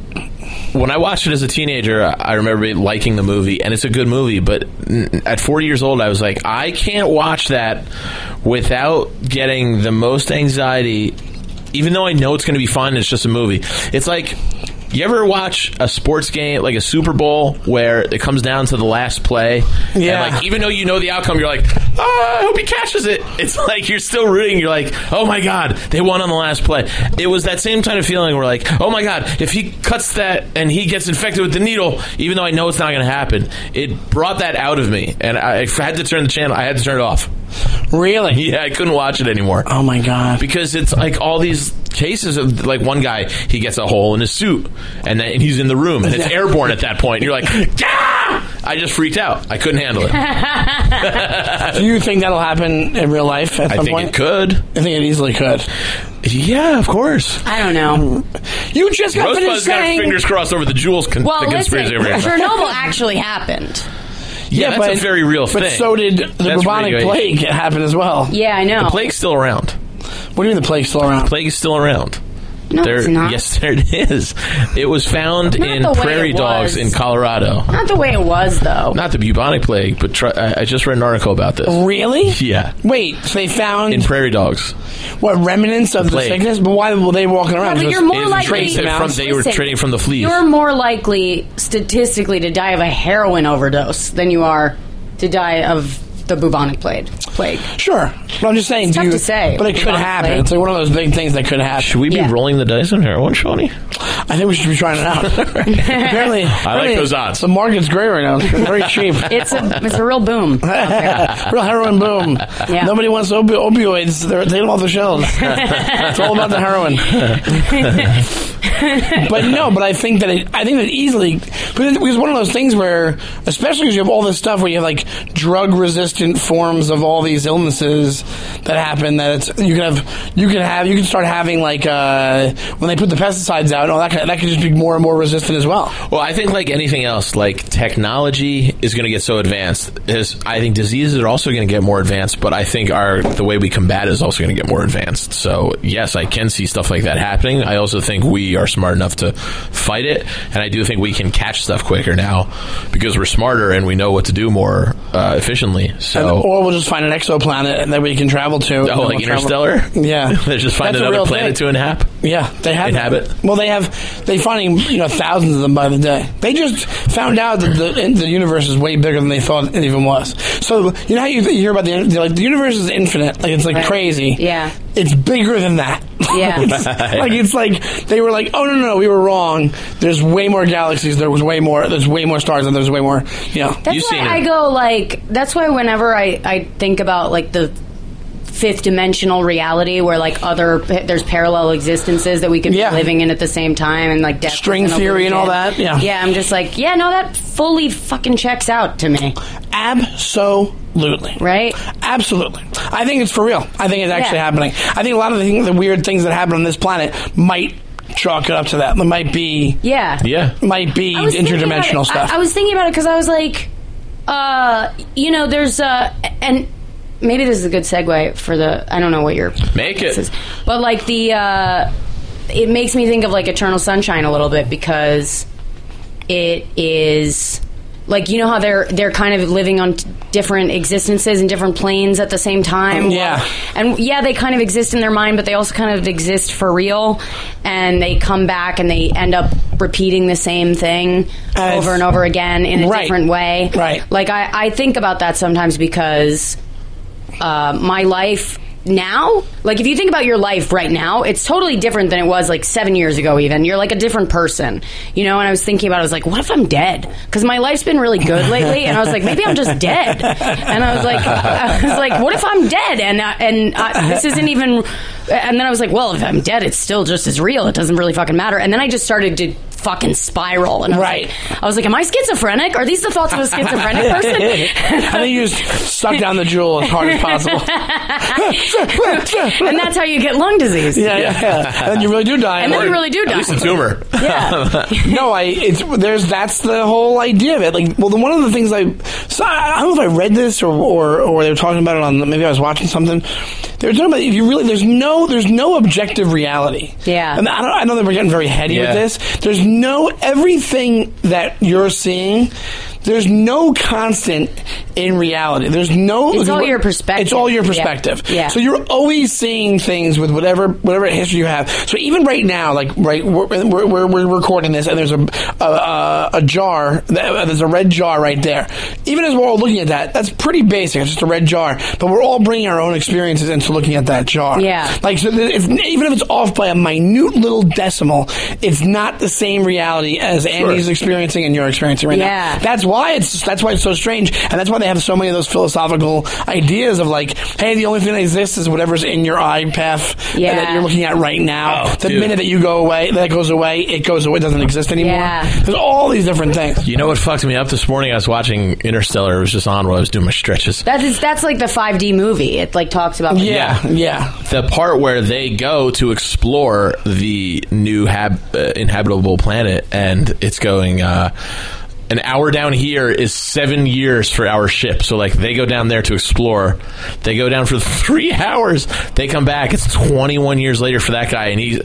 S5: When I watched it as a teenager, I I remember liking the movie, and it's a good movie. But n- at 40 years old, I was like, I can't watch that without getting the most anxiety, even though I know it's going to be fun. It's just a movie. It's like you ever watch a sports game, like a Super Bowl, where it comes down to the last play. and,
S4: Yeah.
S5: like, even though you know the outcome, you're like, oh, I hope he catches it. It's like you're still rooting. You're like, oh my god, they won on the last play. It was that same kind of feeling where like, oh my god, if he cuts that and he gets infected with the needle, even though I know it's not going to happen, it brought that out of me, and I, I had to turn the channel. I had to turn it off.
S4: really?
S5: Yeah, I couldn't watch it anymore
S4: Oh my god.
S5: because it's like all these cases of like one guy he gets a hole in his suit and then he's in the room and it's airborne at that point. And you're like, ah! I just freaked out. I couldn't handle it. I
S4: Do you think that'll happen in real life at some
S5: think
S4: point?
S5: it could.
S4: I think it easily could.
S5: Yeah, of course.
S6: I don't know.
S4: You just got finished
S5: Rosebud's got her
S4: saying.
S5: fingers crossed over the jewels con-
S6: Well,
S5: the
S6: listen,
S5: conspiracy over here.
S6: Chernobyl actually happened.
S5: Yeah, that's a very real
S4: but
S5: thing.
S4: so did the
S5: That's
S4: bubonic
S5: radiation.
S4: plague happen as well.
S6: Yeah, I know.
S5: The plague's still around.
S4: What do you mean the plague's still around?
S5: Plague is still around.
S6: no,
S5: There-
S6: it's not.
S5: Yes, there it is. It was found
S6: Not
S5: in
S6: the way
S5: prairie
S6: it
S5: dogs
S6: was.
S5: in Colorado.
S6: Not the way it was though.
S5: Not the bubonic plague, but try, I, I just read an article about this.
S4: Really?
S5: Yeah.
S4: Wait, so they found
S5: in prairie dogs.
S4: what remnants of the
S5: plague.
S4: sickness? But why were they walking around?
S6: Yeah, but
S4: Just-
S6: you're more
S5: Is
S6: likely
S5: traced it from- they were
S6: Listen,
S5: trading from the fleas.
S6: You're more likely statistically to die of a heroin overdose than you are to die of the bubonic plague. Plague.
S4: sure. But I'm just saying, do
S6: tough
S4: you,
S6: to say,
S4: but it could
S6: honestly.
S4: happen. It's like one of those big things that could happen.
S5: Should we
S6: Yeah.
S5: be rolling the dice on heroin, Shawnee?
S4: I think we should be trying it out. apparently, I
S5: those odds.
S4: The market's great right now. It's very cheap.
S6: It's a it's a real boom. out there.
S4: Real heroin boom.
S6: Yeah.
S4: Nobody wants opi- opioids. They're taking them off the shelves. it's all about the heroin. but no, but I think that it, I think that easily because it's one of those things where, especially because you have all this stuff where you have like drug resistant forms of all these illnesses that happen. That it's you can have you can have you can start having like uh, when they put the pesticides out, and all that could, that could just be more and more resistant as well.
S5: Well, I think like anything else, like technology is going to get so advanced. Is I think diseases are also going to get more advanced, but I think our the way we combat it is also going to get more advanced. So yes, I can see stuff like that happening. I also think we are smart enough to fight it, and I do think we can catch stuff quicker now because we're smarter and we know what to do more uh, efficiently. So
S4: Or we'll just find an exoplanet and that we can travel to. and then
S5: Oh,
S4: we'll
S5: like
S4: travel-
S5: Interstellar?
S4: Yeah.
S5: They just find
S4: That's a
S5: another
S4: real
S5: planet
S4: thing.
S5: to inhabit.
S4: Yeah, they have
S5: Inhabit.
S4: Well, they have they finding you know thousands of them by the day. They just found out that the, the universe is way bigger than they thought it even was. So you know how you, you hear about the you know, like the universe is infinite, like it's like
S6: Right.
S4: crazy.
S6: Yeah.
S4: it's bigger than that.
S6: Yeah.
S4: It's- like it's like they were like, oh no, no, no, we were wrong. There's way more galaxies. There was way more. There's way more stars, and there's way more. You know,
S6: That's
S5: You've
S6: why
S5: seen it.
S6: I go like that's why whenever I, I think about like the fifth dimensional reality where like other there's parallel existences that we could
S4: Yeah.
S6: be living in at the same time and like death
S4: String
S6: is an
S4: theory and all
S6: illusion.
S4: that, yeah.
S6: yeah I'm just like yeah no that fully fucking checks out to me
S4: absolutely.
S6: right
S4: Absolutely. I think it's for real. I think it's actually
S6: Yeah.
S4: happening. I think a lot of the, thing, the weird things that happen on this planet might chalk it up to that. It might be
S6: yeah
S5: yeah,
S4: might be
S6: I was thinking about
S4: interdimensional
S6: it-
S4: stuff.
S6: I, I was thinking about it because I was like, uh, you know, there's uh, and maybe this is a good segue for the. I don't know what your
S5: Make it.
S6: this is, but like the uh, it makes me think of like Eternal Sunshine a little bit because it is like you know how they're they're kind of living on t- different existences and different planes at the same time.
S4: Yeah.
S6: and yeah, they kind of exist in their mind, but they also kind of exist for real. And they come back and they end up repeating the same thing
S4: As-
S6: over and over again in a
S4: Right.
S6: different way.
S4: Right.
S6: Like I, I think about that sometimes because uh, my life now like if you think about your life right now it's totally different than it was like seven years ago even you're like a different person you know and i was thinking about it, i was like what if i'm dead because my life's been really good lately and i was like maybe i'm just dead and i was like i was like what if i'm dead and I, and I, this isn't even and then i was like well if i'm dead it's still just as real it doesn't really fucking matter and then i just started to fucking spiral and I was
S4: Right.
S6: like, i was like am i schizophrenic are these the thoughts of a schizophrenic person
S4: I think you just suck down the jewel as hard as possible.
S6: and that's how you get lung disease
S4: Yeah, yeah. yeah. And you really do die.
S6: And then
S4: Or-
S6: you really do die.
S5: It's a tumor.
S6: yeah.
S4: no, I it's there's that's the whole idea of it. Like, well, the, one of the things I so I, I don't know if I read this or, or or they were talking about it on maybe I was watching something. They were talking about if you really there's no there's no objective reality.
S6: Yeah.
S4: and I, don't, I know that we're getting very heady
S5: Yeah.
S4: with this. There's no everything that you're seeing. There's no constant in reality. There's no.
S6: It's all your perspective.
S4: It's all your
S6: Yeah.
S4: perspective.
S6: Yeah.
S4: So you're always seeing things with whatever whatever history you have. So even right now, like right, we're, we're, we're- we're recording this, and there's a a, a, a jar. that- uh, There's a red jar right there. Even as we're all looking at that, that's pretty basic. It's just a red jar, but we're all bringing our own experiences into looking at that jar.
S6: Yeah.
S4: Like so that if, even if it's off by a minute little decimal, it's not the same reality as Andy's experiencing and you're experiencing right
S6: Yeah.
S4: now. That's why it's that's why it's so strange, and that's why they have so many of those philosophical ideas of like, hey, the only thing that exists is whatever's in your eye path
S6: Yeah.
S4: that you're looking at right now.
S5: Oh,
S4: the
S5: dude.
S4: minute that you go away, that goes away, it goes away, it doesn't exist anymore.
S6: Yeah.
S4: There's all these different things.
S5: You know what fucked me up this morning? I was watching Interstellar. It was just on while I was doing my stretches.
S6: That is that's like the 5D movie. It like talks about
S4: Yeah, yeah.
S5: the part where they go to explore the new hab- uh, inhabitable planet, and it's going. Uh, an hour down here is seven years for our ship. So, like, they go down there to explore. They go down for three hours. They come back. It's 21 years later for that guy. And he's,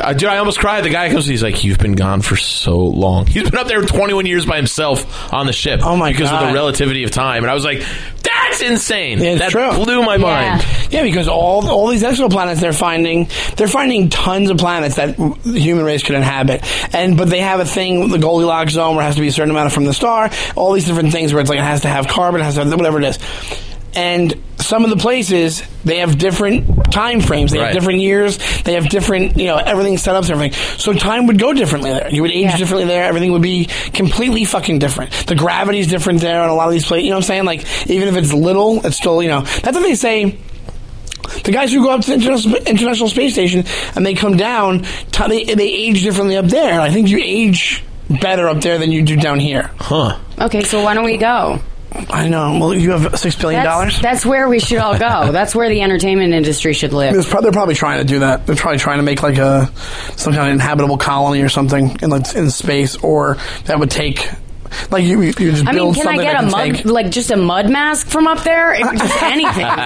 S5: uh, dude, I almost cried. The guy comes, he's like, You've been gone for so long. He's been up there 21 years by himself on the ship.
S4: Oh, my
S5: because Because of
S4: God.
S5: the relativity of time. And I was like, That's insane.
S4: Yeah, it's
S5: that
S4: true.
S5: blew my
S6: Yeah.
S5: mind.
S4: Yeah, because all all these exoplanets they're finding they're finding tons of planets that the human race could inhabit, and but they have a thing the Goldilocks zone where it has to be a certain amount from the star. All these different things where it's like it has to have carbon, it has to have whatever it is, and some of the places they have different time frames, they
S5: Right.
S4: have different years, they have different you know everything set up, and everything. So time would go differently there. You would age
S6: Yeah.
S4: differently there. Everything would be completely fucking different. The gravity's different there, on a lot of these places. You know what I'm saying? Like even if it's little, it's still you know that's what they say. The guys who go up to the International, International Space Station and they come down, t- they, they age differently up there. I think you age better up there than you do down here.
S5: Huh.
S6: Okay, so why don't we go?
S4: I know. Well, you have six billion
S6: That's,
S4: dollars.
S6: that's where we should all go. That's where the entertainment industry should live.
S4: There's pro- they're probably trying to do that. They're probably trying to make like a some kind of inhabitable colony or something in like, in space, or that would take like you you you just
S6: I
S4: build
S6: mean, can I
S4: something
S6: get
S4: that
S6: a
S4: can
S6: mug,
S4: take-
S6: like just a mud mask from up there? It- Just anything. like,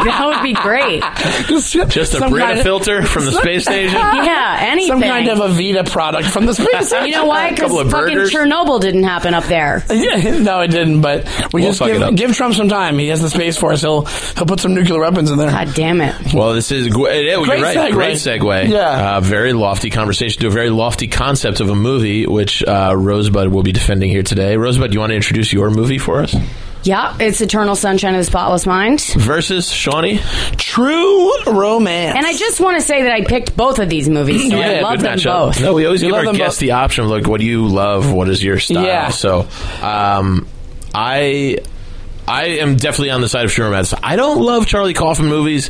S6: that would be great.
S4: just,
S5: Just a
S4: some
S5: Brita
S4: kind of-
S5: filter from the space station.
S6: Yeah, anything.
S4: some kind of a Vita product from the space station.
S6: you know why?
S5: a couple
S6: Because
S5: of
S6: fucking
S5: burgers.
S6: Chernobyl didn't happen up there.
S4: Yeah, no, it didn't. But we
S5: We'll
S4: just
S5: fuck it up.
S4: give, give Trump some time. He has the space force. He'll he'll put some nuclear weapons in there.
S6: God damn it.
S5: Well, this is yeah, you're
S4: Great
S5: right.
S4: segue.
S5: Great segue.
S4: Yeah.
S5: uh, very lofty conversation to a very lofty concept of a movie, which uh, Rosebud will be defending here today. Rosebud, you want to introduce your movie for us
S6: Yeah, it's Eternal Sunshine of the Spotless Mind.
S5: versus Shawnee?
S4: True romance.
S6: And I just want to say that I picked both of these movies, so I love
S5: good
S6: them
S5: matchup.
S6: both.
S5: No, we always
S4: You
S5: give
S4: love
S5: our
S4: them
S5: guests
S4: both.
S5: the option of like, what do you love? What is your style?
S4: Yeah.
S5: So, um, I. I am definitely on the side of True Romance. I don't love Charlie Kaufman movies,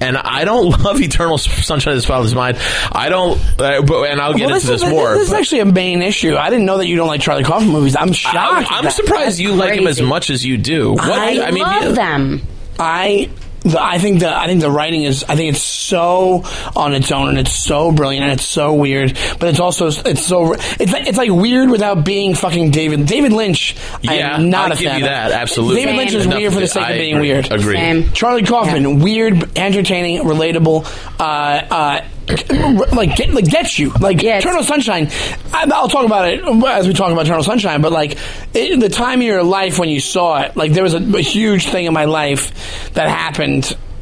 S5: and I don't love Eternal Sunshine of the Spotless Mind. I don't, uh, but, and I'll get
S4: well,
S5: into this,
S4: is,
S5: more.
S4: This is
S5: but-
S4: actually a main issue. I didn't know that you don't like Charlie Kaufman movies. I'm shocked.
S5: I,
S4: at
S5: I'm
S4: that.
S5: surprised you like him as
S6: crazy.
S5: much as you do. What,
S6: I, love
S5: yeah.
S6: them.
S4: I the, I think the I think the writing is I think it's so on its own and it's so brilliant and it's so weird, but it's also it's so it's like, it's like weird without being fucking David David Lynch. I
S5: Yeah,
S4: am not
S5: I'll
S4: a
S5: give
S4: fan
S5: you
S4: of.
S5: that. Absolutely,
S4: David Lynch
S6: Same.
S4: is
S5: Enough
S4: weird for the
S5: this.
S4: same
S5: I
S4: of being
S5: agree.
S4: weird.
S5: Agree.
S6: Same.
S4: Charlie Kaufman, weird, entertaining, relatable, uh, uh, like get like gets you like
S6: Yeah, it's-
S4: Eternal Sunshine. I, I'll talk about it as we talk about Eternal Sunshine, but like it, the time in your life when you saw it, like there was a, a huge thing in my life that happened.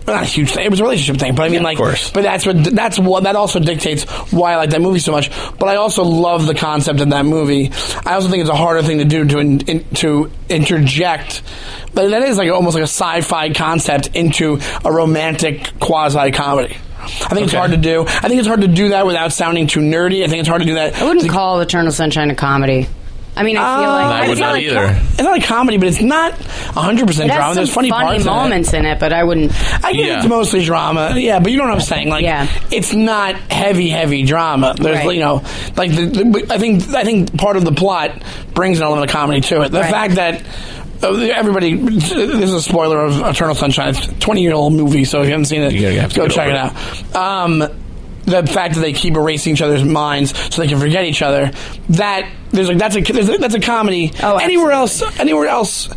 S4: Not a huge thing. It was a relationship thing, but I mean, like,
S5: course.
S4: but that's what that's what that also dictates why I like that movie so much. But I also love the concept of that movie. I also think it's a harder thing to do to in, in, to interject, but that is like almost like a sci-fi concept into a romantic quasi comedy. I think it's
S5: Okay.
S4: hard to do. I think it's hard to do that without sounding too nerdy. I think it's hard to do that.
S6: I wouldn't call Eternal Sunshine a comedy. I mean, I feel
S4: Uh,
S6: like
S5: I would
S6: feel
S5: not
S6: like
S5: either.
S4: It's not a comedy, but it's not 100%
S6: It has
S4: drama.
S6: some
S4: There's funny,
S6: funny,
S4: parts in it.
S6: moments in it, but I wouldn't.
S4: I get
S5: Yeah.
S4: it's mostly drama, yeah, but you know what I'm saying. Like,
S6: Yeah.
S4: it's not heavy, heavy drama. There's,
S6: Right.
S4: you know, like the, the, I think I think part of the plot brings an element of comedy to it. The
S6: Right.
S4: fact that uh, everybody, this is a spoiler of Eternal Sunshine. It's a 20 year old movie, so if you haven't seen it,
S5: You're gonna have to
S4: go
S5: get
S4: check
S5: over
S4: it out. Um, the fact that they keep erasing each other's minds so they can forget each other. That there's like that's a there's a- that's a comedy.
S6: Oh,
S4: anywhere else, anywhere else,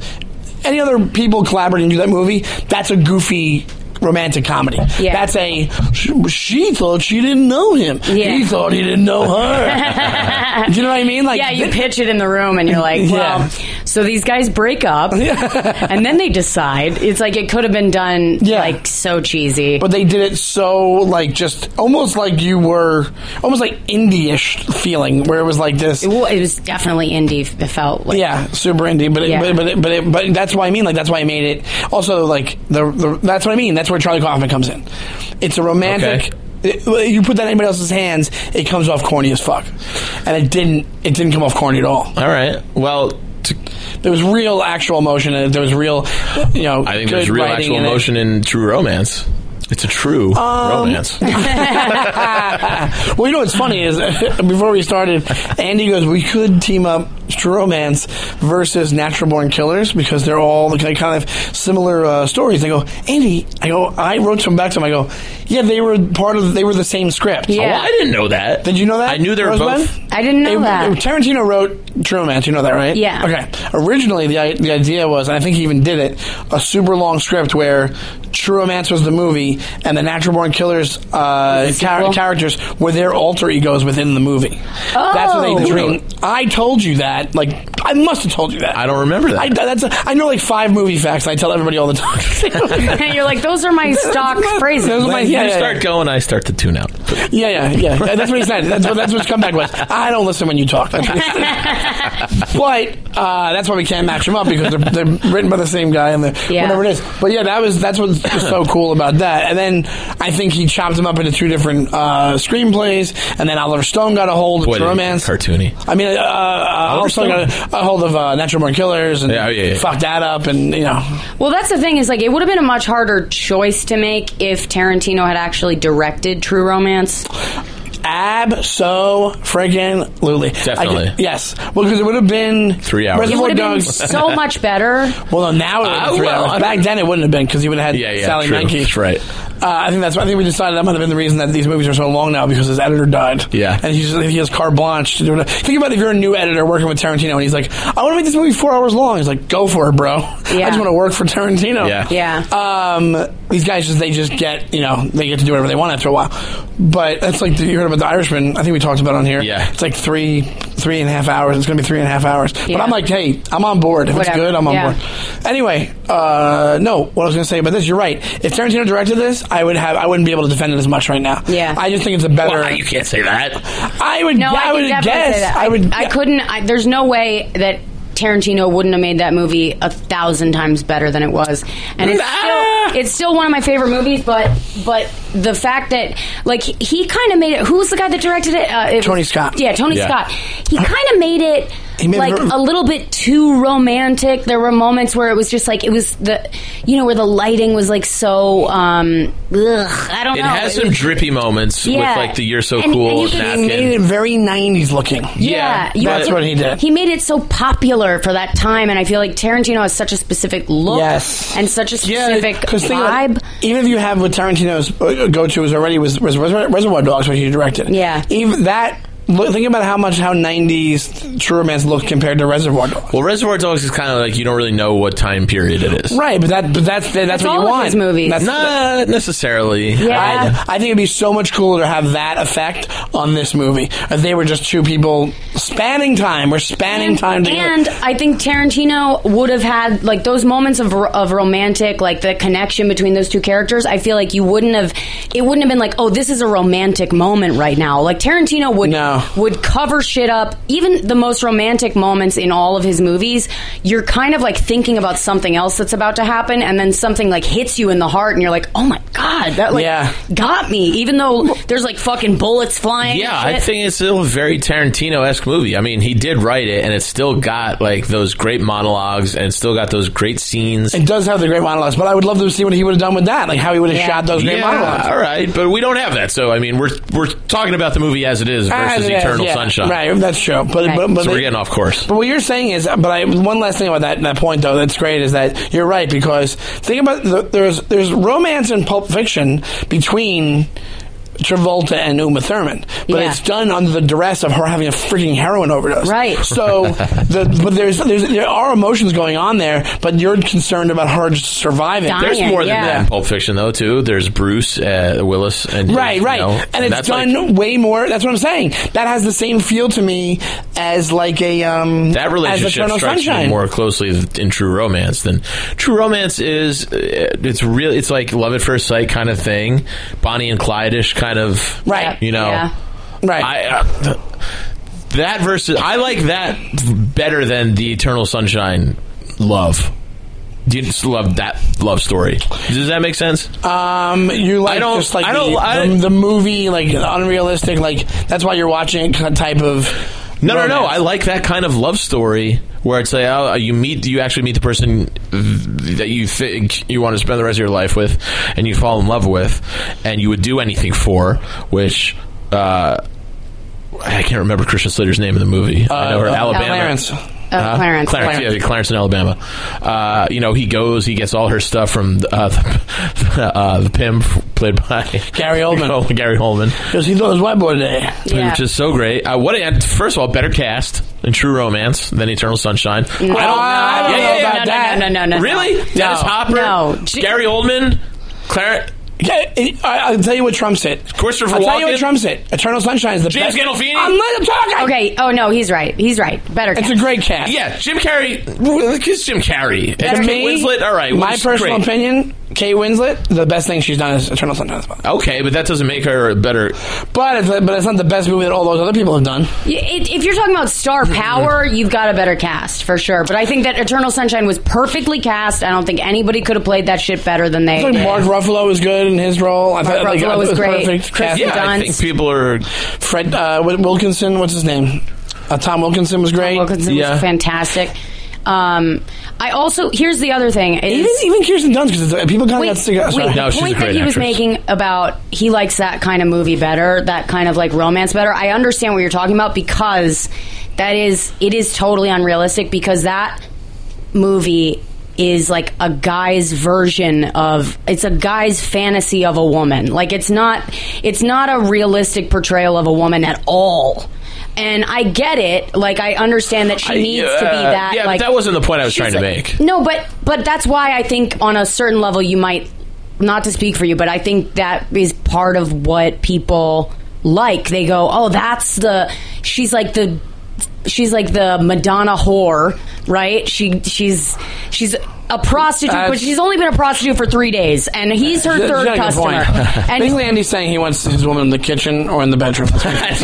S4: any other people collaborating to do that movie, that's a goofy romantic comedy.
S6: Yeah.
S4: That's a sh- she thought she didn't know him.
S6: Yeah.
S4: He thought he didn't know her. do you know what I mean? Like
S6: Yeah, you
S4: thi-
S6: pitch it in the room, and you're like, well,
S4: Yeah.
S6: so these guys break up, and then they decide. It's like it could have been done
S4: Yeah.
S6: like so cheesy.
S4: but they did it so like just almost like you were almost like indie-ish feeling where it was like this
S6: well, it was definitely indie. It felt like
S4: Yeah, super indie, but it,
S6: Yeah.
S4: but but it, but, it, but that's why I mean, like that's why I made it. Also, like the, the that's what I mean. That's where Charlie Kaufman comes in. It's a romantic. it- you put that in anybody else's hands, it comes off corny as fuck, and it didn't. It didn't come off corny at all.
S5: All right. Well, t-
S4: There was real, actual emotion, and there was real, you know.
S5: I think
S4: good
S5: there's real
S4: writing
S5: actual
S4: in it. Um,
S5: emotion in True Romance. It's a true romance.
S4: well, you know what's funny is before we started, Andy goes, "We could team up True Romance versus Natural Born Killers because they're all the kind kind of similar uh, stories." I go, "Andy," I go, "I wrote some back to him." I go, "Yeah, they were part of. They were the same script."
S6: Yeah.
S5: Well, Oh, I didn't know that.
S4: Did you know that?
S5: I knew they were
S4: Rosebud?
S5: both.
S6: I didn't know
S4: It-
S6: that.
S4: it- Tarantino wrote True Romance. You know that, right?
S6: Yeah.
S4: Okay. Originally, the i- the idea was, and I think he even did it, a super long script where True Romance was the movie, and the Natural Born Killers uh, char-
S6: sequel?
S4: characters were their alter egos within the movie. That's what they
S6: Oh.
S4: dream. I told you that. Like, I must have told you that.
S5: I don't remember that.
S4: I, that's I know like five movie facts. And I tell everybody all the time.
S6: And you're like, those are my stock phrases.
S4: Those are my-
S5: you
S4: yeah, yeah, yeah.
S5: start going, I start to tune out.
S4: Yeah, yeah, yeah. Yeah, That's what he said. That's what that's what his comeback was. I don't listen when you talk. That's what he said. but uh, that's why we can't match them up because they're, they're written by the same guy and the
S6: Yeah.
S4: whatever it is. But yeah, that was that's what's so cool about that. And then I think he chopped them up into two different uh, screenplays. And then Oliver Stone got a hold of
S5: Boy,
S4: True
S5: did it
S4: Romance.
S5: cartoony.
S4: I mean, uh, uh, Oliver Stone
S5: Stone?
S4: got a, a hold of uh, Natural Born Killers and
S5: Yeah, oh, yeah, yeah.
S4: fucked that up. And you know,
S6: Well, that's the thing is like it would have been a much harder choice to make if Tarantino had actually directed True Romance.
S4: Ab so friggin' lutely.
S5: Definitely.
S4: yes. Well, because it would have been
S5: Three hours.
S6: It
S4: Reservoir
S6: would have been
S4: Dogs.
S6: so much better.
S4: well, no, now it would have been
S5: Uh,
S4: three
S5: well,
S4: hours. Back then, it wouldn't have been because he would have had
S5: Yeah, yeah,
S4: Sally
S5: true.
S4: Menke.
S5: That's right.
S4: Uh, I think that's. I think we decided that might have been the reason that these movies are so long now because his editor died.
S5: Yeah.
S4: and he's, he has carte blanche to do it. Think about if you're a new editor working with Tarantino and he's like, "I want to make this movie four hours long." He's like, "Go for it, bro. I
S6: Yeah.
S4: just want to work for Tarantino."
S5: Yeah.
S6: Yeah.
S4: Um, these guys just they just get you know they get to do whatever they want after a while, but that's like the, you heard about the Irishman. I think we talked about it on here.
S5: Yeah.
S4: it's like three three and a half hours. It's gonna be three and a half hours. But
S6: Yeah.
S4: I'm like, hey, I'm on board. If it's
S6: Whatever.
S4: good, I'm on
S6: Yeah.
S4: board. Anyway, uh, no, what I was gonna say about this, you're right. If Tarantino directed this, I would have I wouldn't be able to defend it as much right now.
S6: Yeah.
S4: I just think it's a better.
S5: Well, you can't say that.
S4: I would.
S6: No, I,
S4: I,
S6: could
S4: would
S6: definitely
S4: guess.
S6: say that.
S4: I would.
S6: I couldn't. I, there's no way that Tarantino wouldn't have made that movie a thousand times better than it was, and it's
S4: Ah!
S6: still it's still one of my favorite movies. But but the fact that like he, he kind of made it. Who was the guy that directed it? Uh, it
S4: Tony
S6: was-
S4: Scott.
S6: Yeah, Tony
S5: Yeah.
S6: Scott. He kind of made it.
S4: He made it
S6: like
S4: ver-
S6: a little bit too romantic. There were moments where it was just like it was the, you know, where the lighting was like so. um ugh, I don't
S5: It
S6: know.
S5: has
S6: It
S5: some
S6: was-
S5: drippy moments
S6: Yeah.
S5: with like the "You're so
S6: And-
S5: cool"
S6: and you can-
S4: He made it
S5: napkin.
S4: very '90s looking.
S5: Yeah,
S6: Yeah, you-
S4: that's
S6: you-
S4: what he did.
S6: He made it so popular for that time, and I feel like Tarantino has such a specific look
S4: Yes.
S6: and such a specific
S4: 'cause think of-
S6: vibe.
S4: even if you have what Tarantino's uh, go to is already was, was Reservoir Dogs, which he directed.
S6: Yeah.
S4: even that Look, think about how much how '90s True Romance looked compared to Reservoir Dogs.
S5: Well, Reservoir Dogs is kind of like you don't really know what time period it is.
S4: Right, but that but that's that's, what
S6: all
S4: you
S6: of
S4: want.
S6: his movies.
S4: That's-
S5: Not necessarily.
S6: Yeah.
S4: I, I think it'd be so much cooler to have that effect on this movie if they were just two people spanning time. We're spanning time together.
S6: And I think Tarantino would have had like those moments of of romantic, like the connection between those two characters. I feel like you wouldn't have. It wouldn't have been like, oh, this is a romantic moment right now. Like Tarantino would
S4: No.
S6: would cover shit up. Even the most romantic moments in all of his movies, you're kind of like thinking about something else that's about to happen, and then something like hits you in the heart, and you're like, oh my god, that like
S4: Yeah.
S6: got me. Even though there's like fucking bullets flying.
S5: Yeah,
S6: and
S5: I
S6: shit.
S5: think it's still a very Tarantino esque movie. I mean, he did write it, and it's still got like those great monologues, and it's still got those great scenes.
S4: it does have the great monologues, but I would love to see what he would have done with that, like how he would have shot those great
S5: yeah,
S4: monologues.
S5: all right, but we don't have that. So I mean, we're we're talking about the movie as it is
S4: Ah,
S5: versus
S4: yeah,
S5: Eternal
S4: yeah,
S5: Sunshine.
S4: Right, that's true. But
S6: Right.
S4: but, but
S5: So we're
S4: they-
S5: getting off course.
S4: But what you're saying is, but I, one last thing about that that point though that's great is that you're right because think about the, there's there's romance in Pulp Fiction between. Travolta and Uma Thurman, but
S6: Yeah.
S4: it's done under the duress of her having a freaking heroin overdose.
S6: Right.
S4: So, the, but there's, there's there are emotions going on there, but you're concerned about her just surviving.
S6: Dying.
S5: There's more than
S6: yeah.
S5: that in Pulp Fiction, though. Too. There's Bruce uh, Willis, and
S4: Right,
S5: you
S4: right.
S5: know,
S4: and, it's
S5: that's like-
S4: done way more. That's what I'm saying. That has the same feel to me as like a um
S5: That
S4: as
S5: relationship
S4: Eternal
S5: strikes
S4: Sunshine.
S5: me more closely in True Romance than True Romance is. uh, It's real. It's like love at first sight kind of thing, Bonnie and Clyde-ish kind of.
S4: Right.
S5: You know.
S6: Yeah.
S4: right.
S5: I. Uh, that versus I like that better than the Eternal Sunshine love. Do you just love that love story? Does that make sense?
S4: Um, you like
S5: don't-
S4: just like
S5: I don't-
S4: the,
S5: I-
S4: the, the movie, like unrealistic, like that's why you're watching it kind of type of.
S5: No, no, no.
S4: romance.
S5: I like that kind of love story where it's like oh, you meet, you actually meet the person that you think you want to spend the rest of your life with, and you fall in love with, and you would do anything for. Which uh, I can't remember Christian Slater's name in the movie. I know her, Alabama.
S4: Uh, Clarence.
S6: Oh,
S5: Huh?
S6: Clarence.
S5: Uh-huh. Clarence,
S4: Clarence.
S5: yeah, Clarence in Alabama. Uh, you know, he goes, he gets all her stuff from uh, the, uh, the pimp played by
S4: Gary Oldman.
S5: Oh, Gary Oldman.
S4: Because he thought it was white boy today.
S6: Yeah.
S5: Which is so great. Uh, what a, first of all, better cast in True Romance than Eternal Sunshine. I don't,
S4: Oh, I
S6: Ah.
S4: don't
S5: yeah,
S4: know
S5: yeah, yeah.
S4: about
S6: no,
S4: that.
S6: No, no, no, no, no.
S5: really? Dennis Hopper,
S6: No.
S5: Gary Oldman, Claire,
S4: Yeah, it- I, I'll tell you what trumps it.
S5: Christopher
S4: I'll tell you
S5: Walken?
S4: what trumps it. Eternal Sunshine is the
S5: James
S4: best.
S5: Gandolfini?
S4: I'm not I'm talking.
S6: Okay. Oh no, he's right. He's right. Better.
S4: It's a
S6: catch.
S4: great cast.
S5: yeah, Jim Carrey. Look at Jim Carrey.
S4: To
S5: And
S4: me,
S5: Kate Winslet. All right,
S4: My
S5: which is
S4: personal
S5: great.
S4: opinion, Kate Winslet, the best thing she's done is Eternal Sunshine of the Spotless Mind.
S5: Okay, but that doesn't make her a better.
S4: But it's, but it's not the best movie that all those other people have done.
S6: Y- it- if you're talking about
S4: Mm-hmm.
S6: star power, you've got a better cast for sure. But I think that Eternal Sunshine was perfectly cast. I don't think anybody could have played that shit better than they.
S4: I think
S6: did.
S4: Mark Ruffalo was good in his role. I
S6: Mark
S4: thought like,
S6: Ruffalo
S4: it
S6: was great.
S4: perfect.
S6: Chris-
S4: Cast.
S5: Yeah, I
S6: Dunst.
S5: think people are.
S4: Fred uh, Wi- Wilkinson, what's his name? Uh, Tom Wilkinson was great.
S6: Wilkinson
S5: Yeah.
S6: was fantastic. Um, I also here's the other thing.
S4: Even
S6: Is,
S4: even Kirsten Dunst because people kind of got
S6: Wait,
S4: sick. of-
S6: wait,
S4: sorry.
S5: No,
S6: the
S5: she's a
S6: point
S5: great
S6: that he was
S5: actress.
S6: making about he likes that kind of movie better, that kind of like romance better. I understand what you're talking about because that is it is totally unrealistic because that movie is like a guy's version of it's a guy's fantasy of a woman. Like it's not it's not a realistic portrayal of a woman at all. And I get it. Like I understand that she
S5: I-
S6: needs to be
S5: uh,
S6: that.
S5: yeah, but
S6: like,
S5: that wasn't the point I was
S6: she's
S5: trying to make.
S6: like- no, but but that's why I think on a certain level you might not to speak for you, but I think that is part of what people like. They go, "Oh, that's the she's like the she's like the Madonna whore, right? She she's she's a prostitute, but
S4: That's-
S6: she's only been a prostitute for 3 days and he's her
S4: That's not
S6: third
S4: a good
S6: customer."
S4: point.
S6: and
S4: Basically, Andy's saying he wants his woman in the kitchen or in the bedroom.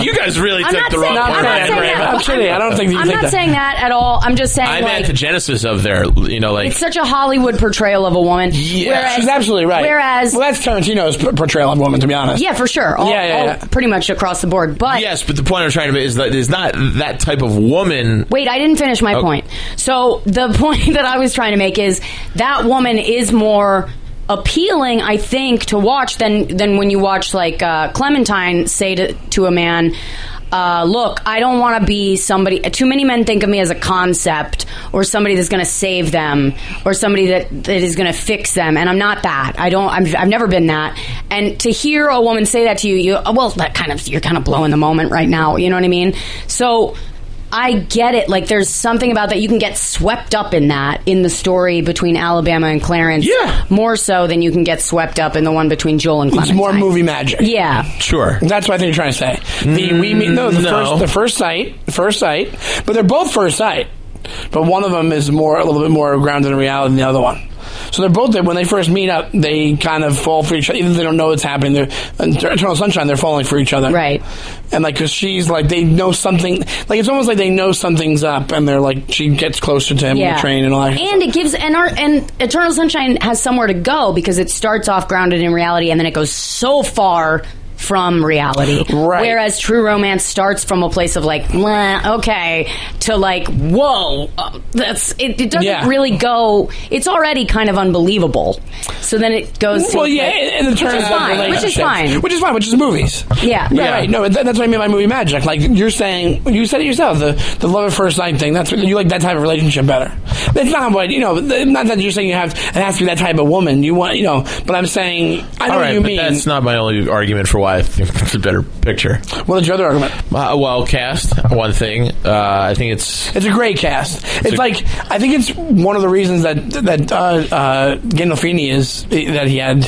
S5: You guys really
S6: I'm
S5: took
S6: not
S5: the
S6: saying,
S5: wrong
S6: I'm
S5: part.
S6: not
S5: of that,
S6: saying
S5: Graham.
S6: that.
S4: I'm kidding. I don't think that you
S6: I'm
S4: think
S6: not
S4: that.
S6: saying that at all. I'm just saying
S5: I'm
S6: like
S5: at the genesis of their, you know, like
S6: it's such a Hollywood portrayal of a woman.
S5: Yeah,
S6: whereas,
S4: She's absolutely right.
S6: Whereas
S4: well, that's Tarantino's p- portrayal of women, to be honest.
S6: Yeah, for sure. All,
S4: Yeah, yeah,
S6: all-
S4: yeah.
S6: pretty much across the board. But
S5: yes, but the point I'm trying to make is that is not that type of woman.
S6: wait, I didn't finish my point. So the point that I was trying to make is that woman is more appealing, I think, to watch than than when you watch like uh, Clementine say to to a man. uh, look, I don't want to be somebody. Too many men think of me as a concept or somebody that's going to save them or somebody that, that is going to fix them. And I'm not that. I don't. I'm, I've never been that. And to hear a woman say that to you, you well, that kind of you're kind of blowing the moment right now. You know what I mean? So I get it. Like, there's something about that. You can get swept up in that in the story between Alabama and Clarence.
S4: Yeah.
S6: More so than you can get swept up in the one between Joel and
S4: It's
S6: Clementine.
S4: more movie magic.
S6: Yeah.
S5: Sure.
S4: That's what I think you're trying to say. The we meet no the
S5: no.
S4: first the first sight the first sight, but they're both first sight. But one of them is more a little bit more grounded in reality than the other one. So they're both when they first meet up, they kind of fall for each other. Even if they don't know what's happening, they're in Eternal Sunshine. They're falling for each other,
S6: Right.
S4: And like, cause she's like they know something. Like it's almost like they know something's up, and they're like she gets closer to him on the train and all that.
S6: And it gives and our and Eternal Sunshine has somewhere to go because it starts off grounded in reality and then it goes so far from reality.
S4: Right.
S6: Whereas True Romance starts from a place of like, "Meh, okay, to like, whoa, uh, that's it. It doesn't
S4: Yeah.
S6: really go. It's already kind of unbelievable. So then it goes. to
S4: Well, yeah,
S6: like-
S4: and it turns
S6: which is fine. Which is fine.
S4: Which is fine. Which is movies.
S6: Yeah.
S4: Right,
S6: Yeah.
S4: right. No, that, that's what I mean by movie magic. Like you're saying, you said it yourself. The the love at first sight thing. That's what- you like that type of relationship better. That's not what you know. th- Not that you're saying you have it has to be that type of woman. You want you know. But I'm saying I know
S5: All
S4: what
S5: right,
S4: you
S5: but
S4: mean.
S5: that's not my only argument for why I think it's a better picture.
S4: what is your other argument?
S5: Uh, well, cast one thing. Uh, I think it's
S4: It's a great cast. It's,
S5: a-
S4: like I think it's one of the reasons that that uh, uh, Gandolfini is that he had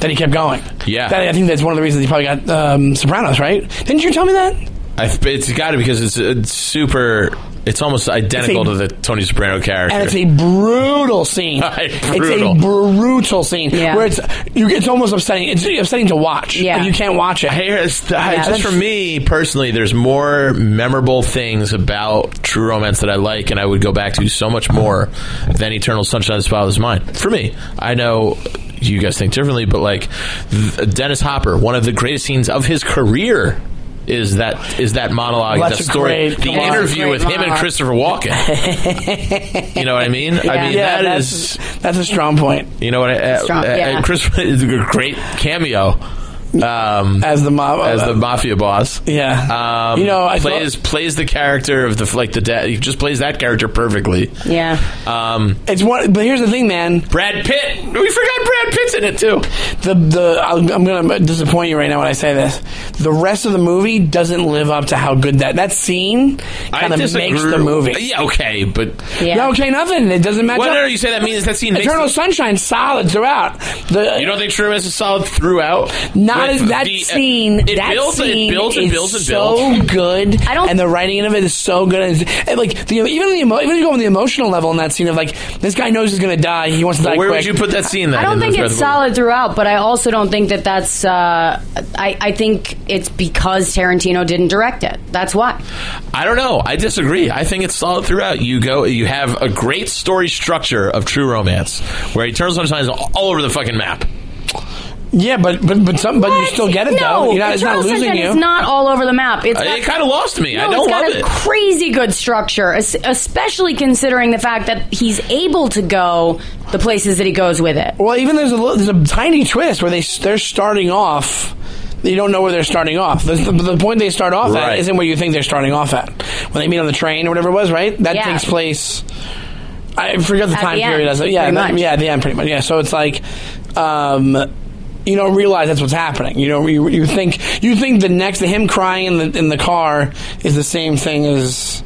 S4: that he kept going.
S5: Yeah.
S4: That, I think that's one of the reasons he probably got um, Sopranos. Right? Didn't you tell me that?
S5: I, it's got to because it's, it's super. It's almost identical
S4: It's a-
S5: to the Tony Soprano character.
S4: and it's a brutal scene.
S5: Right, brutal.
S4: It's a brutal scene
S6: Yeah.
S4: where it's you, it's almost upsetting. It's upsetting to watch.
S6: Yeah.
S4: Like, you can't watch it.
S5: I hear it's, I-
S6: Yeah,
S5: just for
S4: that's-
S5: me personally, there's more memorable things about True Romance that I like, and I would go back to so much more than Eternal Sunshine of the Spotless Mind. For me, I know you guys think differently, but like th- Dennis Hopper, one of the greatest scenes of his career. Is that is that monologue?
S4: Well, that's
S5: that
S4: a
S5: story,
S4: great
S5: the
S4: monologue.
S5: interview
S6: Great
S5: with him and
S6: monologue.
S5: Christopher Walken. you know what I mean? I mean that
S4: yeah, that's,
S5: is
S4: that's a strong point
S5: you know what? I, uh,
S6: Strong,
S5: uh,
S6: yeah.
S5: Chris is a great cameo um,
S4: as the mob. uh,
S5: as the mafia boss.
S4: yeah.
S5: Um,
S4: you know, I
S5: plays plays the character of the like the dad. He just plays that character perfectly.
S6: Yeah.
S5: Um,
S4: thought, it's one. But here's the thing, man.
S5: Brad Pitt. We forgot Brad Pitt's in it too.
S4: The the I'll, I'm gonna disappoint you right now when I say this. The rest of the movie doesn't live up to how good that that scene kind of
S5: disagree-
S4: makes the movie.
S5: Yeah, okay, but
S6: Yeah.
S4: No, okay, nothing. It doesn't match
S5: what
S4: up.
S5: are you say that means that scene makes
S4: Eternal
S5: the-
S4: Sunshine solid throughout. The,
S5: you don't think True Romance is solid throughout?
S4: Not
S5: With
S4: as that
S5: uh, the-
S4: scene.
S5: It
S4: that
S5: builds.
S4: scene
S5: it builds and
S4: is
S5: builds and
S4: so
S5: builds.
S4: good.
S6: I don't-
S4: and the writing of it is so good. And, and, like the, even the emo, even if you go on the emotional level in that scene of like this guy knows he's gonna die. He wants to die.
S5: Where would
S4: quick.
S5: you put that scene? Then
S6: I
S5: in
S6: don't
S5: the
S6: think
S5: Red
S6: it's
S5: Bull?
S6: solid throughout, but I also don't think that that's. Uh, I I think it's because Tarantino didn't direct it. That's why.
S5: I don't know. I disagree. I think it's solid throughout. You go. You have a great story structure of True Romance, where Eternal Sunshine is all over the fucking map.
S4: Yeah, but but but some, but you
S6: What?
S4: still get it
S6: no,
S4: though. You're not, it's not
S6: Eternal
S4: losing
S6: Sunshine
S4: you.
S6: Is not all over the map. It's
S5: Uh,
S6: got-
S5: It kind of lost me.
S6: no,
S5: I don't
S6: it's got
S5: love
S6: a
S5: it.
S6: crazy good structure, es- especially considering the fact that he's able to go the places that he goes with it.
S4: well, even there's a little, there's a tiny twist where they s- they're starting off. You don't know where they're starting off. The, the, the point they start off
S5: Right.
S4: at isn't where you think they're starting off at. When they meet on the train or whatever it was, right? That
S6: Yeah.
S4: takes place. I forget the
S6: At
S4: time
S6: the
S4: period.
S6: end,
S4: as it- yeah,
S6: pretty
S4: that-
S6: much.
S4: yeah, at the end, pretty much. Yeah, so it's like, um, you don't realize that's what's happening. You know, you, you think you think the next him crying in the in the car is the same thing as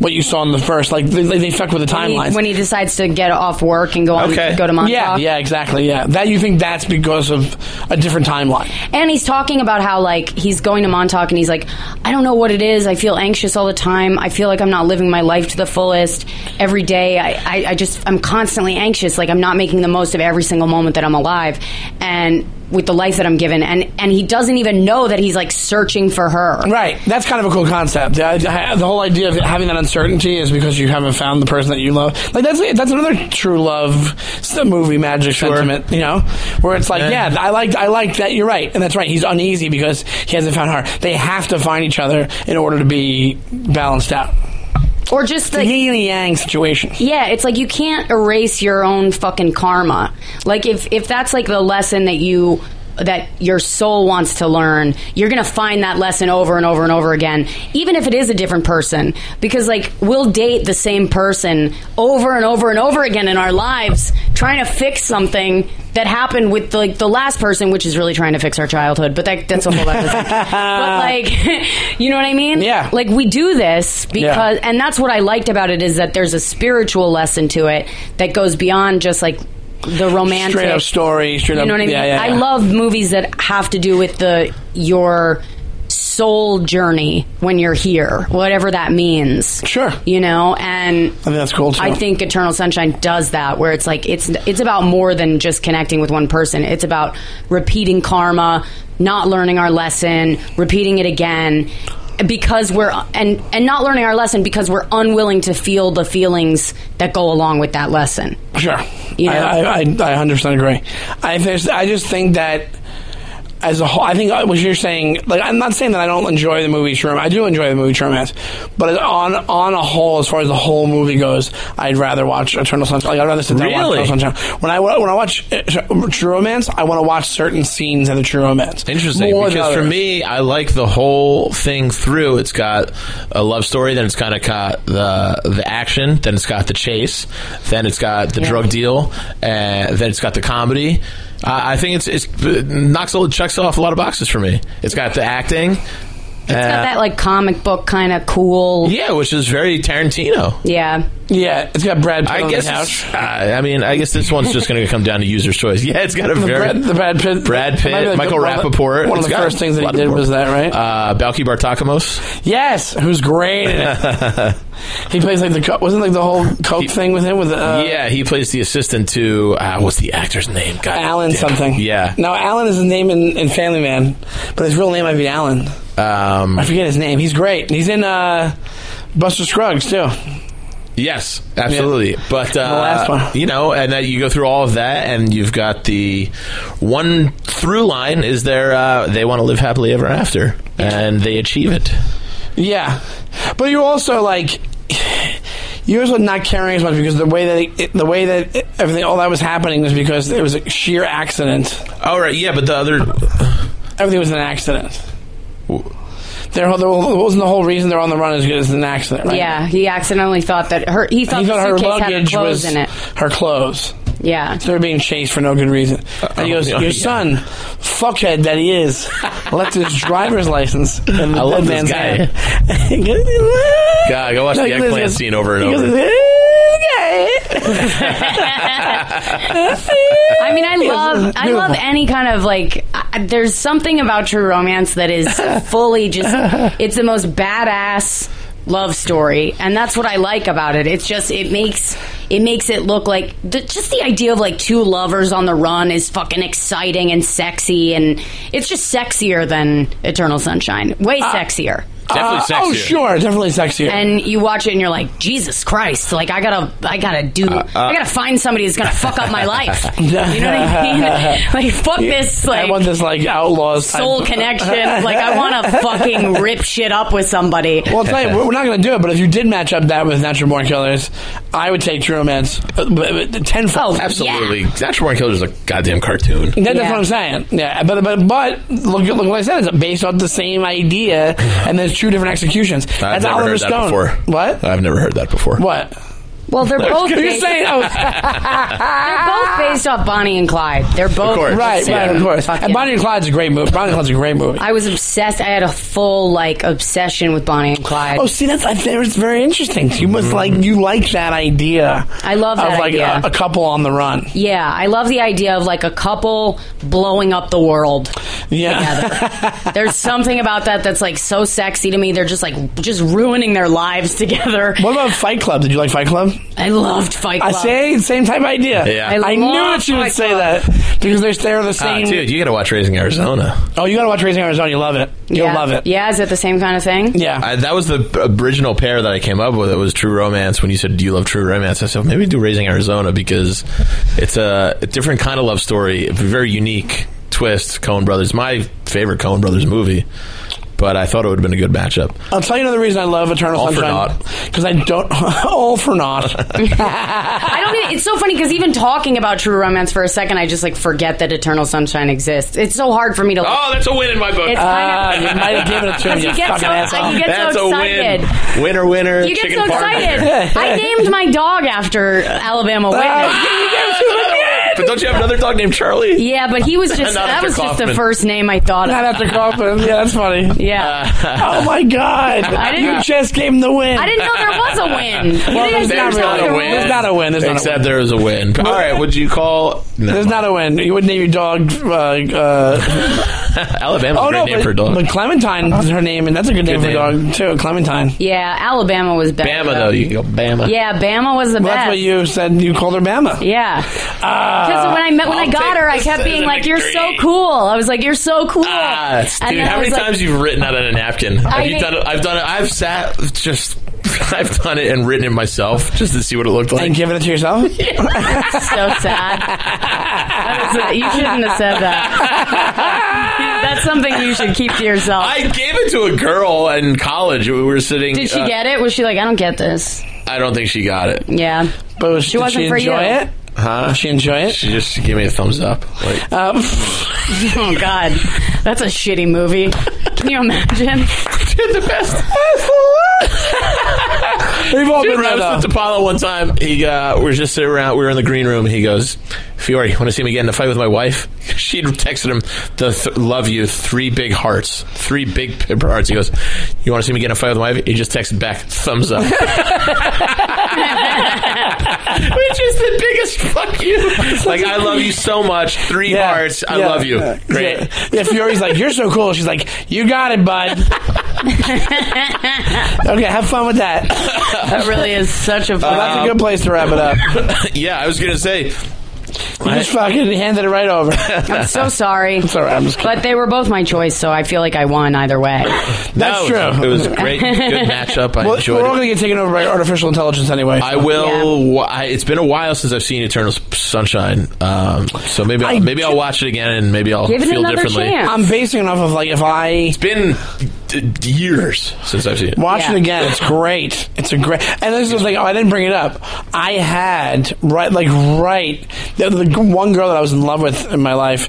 S4: what you saw in the first. Like they, they fuck with the
S6: When he,
S4: timelines.
S6: when he decides to get off work and go on,
S5: Okay.
S6: go to Montauk.
S4: Yeah, yeah, exactly. Yeah, that you think that's because of a different timeline.
S6: And he's talking about how like he's going to Montauk and he's like, I don't know what it is. I feel anxious all the time. I feel like I'm not living my life to the fullest. Every day, I, I, I just I'm constantly anxious. Like I'm not making the most of every single moment that I'm alive, and with the life that I'm given. And and he doesn't even know that he's like searching for her.
S4: Right. That's kind of a cool concept. The, I- the whole idea of having that uncertainty is because you haven't found the person that you love. Like that's that's another true love s- movie magic sentiment, you know, where it's like,
S5: Yeah.
S4: yeah, I like I like that. You're right, and that's right. He's uneasy because he hasn't found her. They have to find each other in order to be balanced out.
S6: Or just
S4: The
S6: like
S4: yin and yang situation.
S6: Yeah, it's like you can't erase your own fucking karma. Like if if that's like the lesson that you that your soul wants to learn, you're going to find that lesson over and over and over again, even if it is a different person. Because, like, we'll date the same person over and over and over again in our lives, trying to fix something that happened with, like, the last person, which is really trying to fix our childhood. But that, that's a whole other thing. But, like, you know what I mean?
S4: Yeah.
S6: Like, we do this because, and that's what I liked about it is that there's a spiritual lesson to it that goes beyond just, like, the romantic
S4: Straight up story, straight
S6: you
S4: up.
S6: know what I mean?
S4: Yeah, yeah,
S6: I
S4: yeah.
S6: love movies that have to do with the your soul journey when you're here, whatever that means.
S4: Sure.
S6: You know, and
S4: I think that's cool too.
S6: I think Eternal Sunshine does that, where it's like it's it's about more than just connecting with one person. It's about repeating karma, not learning our lesson, repeating it again, because we're and and not learning our lesson because we're unwilling to feel the feelings that go along with that lesson.
S4: Sure.
S6: You know?
S4: I, I, I, I 100% agree. I, there's, I just think that as a whole, I think uh, what you're saying, like, I'm not saying that I don't enjoy the movie Sherman. I do enjoy the movie Sherman, but on on a whole, as far as the whole movie goes, I'd rather watch Eternal Sunshine. Like, I'd rather sit down
S5: Really?
S4: and watch Eternal Sunshine. When I wa- when I watch uh, True Romance, I want to watch certain scenes of the True Romance.
S5: Interesting.
S4: More than
S5: because for
S4: others.
S5: me, I like the whole thing through. It's got a love story, then it's kind of got the the action, then it's got the chase, then it's got the drug deal, and then it's got the comedy. I I think it's it's it knocks all checks off a lot of boxes for me. It's got the acting.
S6: It's got that like comic book kind of cool.
S5: yeah, which is very Tarantino.
S6: yeah.
S4: yeah, it's got Brad Pitt
S5: I
S4: on
S5: guess.
S4: the couch.
S5: it's- I I mean, I guess this one's just going to come down to user's choice. Yeah, it's got a
S4: The
S5: very
S4: Brad, the Brad Pitt,
S5: Brad Pitt,
S4: Might be the-
S5: Michael
S4: one of the-
S5: Rappaport.
S4: One
S5: It's
S4: of the
S5: got
S4: first
S5: a
S4: things that he
S5: lot of
S4: did
S5: more.
S4: was that, right?
S5: uh, Balky Bartakamos.
S4: Yes, who's great in it. he plays like the co- wasn't like the whole coke thing with him with uh,
S5: yeah, he plays the assistant to uh, what's the actor's name? God
S4: Alan
S5: damn.
S4: something.
S5: Yeah.
S4: No, Alan is his name in, in Family Man, but his real name might be Alan.
S5: Um,
S4: I forget his name. He's great. He's in uh, Buster Scruggs too.
S5: yes, absolutely. But uh,
S4: last one.
S5: you know, and uh, you go through all of that, and you've got the one through line is there. Uh, they want to live happily ever after, and they achieve it.
S4: Yeah, but you're also like you're also not caring as much because the way that it, the way that it- everything all that was happening was because it was a sheer accident.
S5: All right, yeah, but the
S4: Uh,
S5: other
S4: Everything was an accident. Their whole, the, whole- wasn't the whole reason they're on the run is because it's an accident, right?
S6: Yeah, he accidentally thought that her he thought,
S4: he thought
S6: the
S4: her
S6: suitcase had her
S4: luggage
S6: clothes
S4: was
S6: in it.
S4: her clothes.
S6: Yeah.
S4: They're being chased for no good reason. and he goes,
S5: Uh, yeah,
S4: "Your
S5: yeah.
S4: son, fuckhead that he is, left his driver's license in the
S5: I love
S4: dead
S5: this
S4: man's
S5: guy.
S4: hand."
S5: God, go watch the
S4: Like,
S5: eggplant
S4: listen,
S5: scene over and
S4: he goes,
S5: over.
S4: "This guy."
S6: I mean, I love I
S4: Beautiful.
S6: love any kind of like. I, there's something about True Romance that is fully just. It's the most badass love story, and that's what I like about it. It's just it makes it makes it look like the, just the idea of like two lovers on the run is fucking exciting and sexy, and it's just sexier than Eternal Sunshine. Way sexier.
S5: Definitely
S4: Uh,
S5: sexier.
S4: oh, sure, definitely sexier.
S6: and you watch it and you're like jesus christ like i gotta i gotta do
S4: Uh,
S6: i gotta find somebody who's gonna fuck up my life you know what i mean like fuck this
S4: I want
S6: like
S4: this like outlaws type-
S6: soul connection like i wanna fucking rip shit up with somebody
S4: Well, I'll tell you, we're we're not going to do it. But if you did match up that with Natural Born Killers, I would take True Romance uh, b- b- tenfold.
S6: Oh,
S5: Absolutely. Natural Born Killers is a goddamn cartoon.
S4: That, That's
S6: Yeah.
S4: what I'm saying. Yeah, but but but look, look what I said. It's based off the same idea, and there's two different executions.
S5: I've
S4: That's
S5: never
S4: Oliver
S5: heard
S4: Stone.
S5: that before. Uh,
S4: What?
S5: I've never heard that before.
S4: What?
S6: well they're both
S4: You're
S6: based,
S4: saying? Oh, right,
S6: they're both based off bonnie and clyde they're both
S5: course.
S4: right,
S5: Yeah.
S4: of course.
S6: Fuck
S4: And
S6: yeah.
S4: Bonnie and Clyde's a great movie. Bonnie and Clyde's a great movie.
S6: i was obsessed i had a full like obsession with bonnie and clyde
S4: Oh, see, that's I think it's very interesting. You must
S5: Mm-hmm.
S4: like you like that idea.
S6: I love
S4: of
S6: that
S4: like
S6: idea.
S4: A, a couple on the run.
S6: yeah i love the idea of like a couple blowing up the world
S4: Yeah,
S6: together. There's something about that that's like so sexy to me. They're just like just ruining their lives together.
S4: What about Fight Club? Did you like Fight Club?
S6: I loved Fight
S4: I
S6: Club.
S4: say same type idea.
S5: Yeah. I
S4: I, knew
S6: love
S4: that you would
S6: Fight
S4: say
S6: Club.
S4: that because they're, they're the
S5: Ah,
S4: same.
S5: dude, you got to watch Raising Arizona.
S4: Oh, you gotta watch Raising Arizona. You love it. You'll
S6: yeah.
S4: love it.
S6: Yeah, is it the same kind of thing?
S4: Yeah.
S5: I, that was the original pair that I came up with. It was True Romance. When you said, "Do you love True Romance?" I said, "Maybe do Raising Arizona because it's a, a different kind of love story, a very unique twist." Coen Brothers, my favorite Coen Brothers movie. But I thought it would have been a good matchup.
S4: I'll tell you another reason I love Eternal
S5: All for
S4: Sunshine.
S5: naught.
S4: Because I don't all for naught.
S6: I don't. Even, it's so funny because even talking about True Romance for a second, I just like forget that Eternal Sunshine exists. It's so hard for me to. Like,
S5: Oh, that's a win in my book.
S6: it's
S4: Ah,
S6: kind
S4: you
S6: of.
S4: might have given it to him,
S6: Because
S4: you,
S6: you get
S4: fucking
S6: so
S4: asshole.
S6: you get
S5: that's
S6: so
S5: a
S6: excited.
S5: win. Winner, winner.
S6: You get
S5: chicken
S6: so
S5: parm.
S6: excited. I named my dog after
S4: Uh,
S6: Alabama Witness.
S5: But don't you have another dog named Charlie?
S6: Yeah, but he was just
S5: Not
S6: that
S5: after
S6: was just the
S5: Kaufman.
S6: first name I thought
S4: Not
S6: of.
S4: after Kaufman. Yeah, that's funny.
S5: Uh,
S6: Yeah.
S4: Oh my god!
S6: didn't-
S4: you just gave him the win.
S6: I didn't know there was a win.
S4: Well,
S6: You didn't
S4: there's
S6: even
S4: not
S6: tell
S4: really
S6: me
S4: a
S6: the
S4: win.
S6: rules.
S4: There's not a win. There's not a
S5: Except
S4: win.
S5: there is a win. All right, would you call? No.
S4: There's not a win. You wouldn't name your dog. Uh, uh,
S5: Alabama's
S4: oh
S5: a great
S4: no,
S5: name
S4: but,
S5: for a dog.
S4: but Clementine is her name, and that's a good, name, for a
S5: name.
S4: dog too. Clementine.
S6: Yeah, Alabama was better.
S5: Bama though, you can go Bama.
S6: Yeah, Bama was the
S4: Well,
S6: best.
S4: that's what you said. You called her Bama.
S6: Yeah. Because when I met when i
S5: Ah, I'll
S6: got
S5: take
S6: her, I
S5: this
S6: kept
S5: as
S6: being
S5: a
S6: like, "You're so
S5: victory."
S6: cool." I was like, "You're so cool."
S5: Ah, it's-
S6: And
S5: dude,
S6: then I
S5: how many
S6: was like-
S5: times you've written out on a napkin? Have you
S6: mean-
S5: done it? I've done it. I've sat just. I've done it and written it myself just to see what it looked like.
S4: And giving it to yourself.
S6: so sad. That was- you shouldn't have said that. That's something you should keep to yourself.
S5: I gave it to a girl in college. We were sitting.
S6: Did she
S5: uh,
S6: get it? Was she like, "I don't get this"?
S5: I don't think she got it.
S6: Yeah.
S4: But was, she did
S6: wasn't
S4: she
S6: for you.
S4: enjoy it?
S5: Huh?
S4: Did Uh, she enjoy it?
S5: She just gave me a thumbs up. Like,
S4: Um,
S6: Oh God, that's a shitty movie. Can you imagine?
S5: did the best.
S4: we've all
S5: Dude,
S4: been
S5: when I
S4: there,
S5: was
S4: though.
S5: with Apollo one time, he uh, we were just sitting around. We were in the green room. He goes, "Fiore, want to see him again in a fight with my wife?" She'd texted him, "The th- love you, three big hearts, three big paper hearts." He goes, "You want to see me get in a fight with my wife?" He just texted back, "Thumbs up," which is the biggest fuck you. Like I love you so much, three
S4: Yeah,
S5: hearts. I
S4: yeah,
S5: love you.
S4: yeah.
S5: Great.
S4: Yeah, yeah, Fiori's like, you're so cool. She's like, you got it, bud. okay, have fun with that.
S6: That really is such
S5: Uh,
S6: a
S4: Well,
S5: Um,
S4: that's a good place to wrap it up. You
S5: yeah, I was gonna say
S4: just fucking handed it right over. That's
S6: I'm so sorry.
S4: all right. I'm just kidding.
S6: But they were both my choice, so I feel like I won either way.
S4: That's
S5: no,
S4: true.
S5: It was, it was a great, good matchup. I
S4: Well,
S5: enjoyed
S4: we're
S5: it.
S4: all going to get taken over by artificial intelligence anyway.
S5: I will. wa- I, it's been a while since I've seen Eternal S- Sunshine, um, so maybe I'll,
S4: I
S5: maybe I'll
S4: ju-
S5: watch it again and maybe I'll
S6: Give it
S5: feel
S6: another
S5: differently.
S6: chance.
S4: I'm basing it off of like if I
S5: It's been d- d- years since I've seen it.
S4: watch
S6: Yeah.
S4: it again, it's great. It's a great. And this is like oh, I didn't bring it up. I had right like right the, the one girl that I was in love with in my life.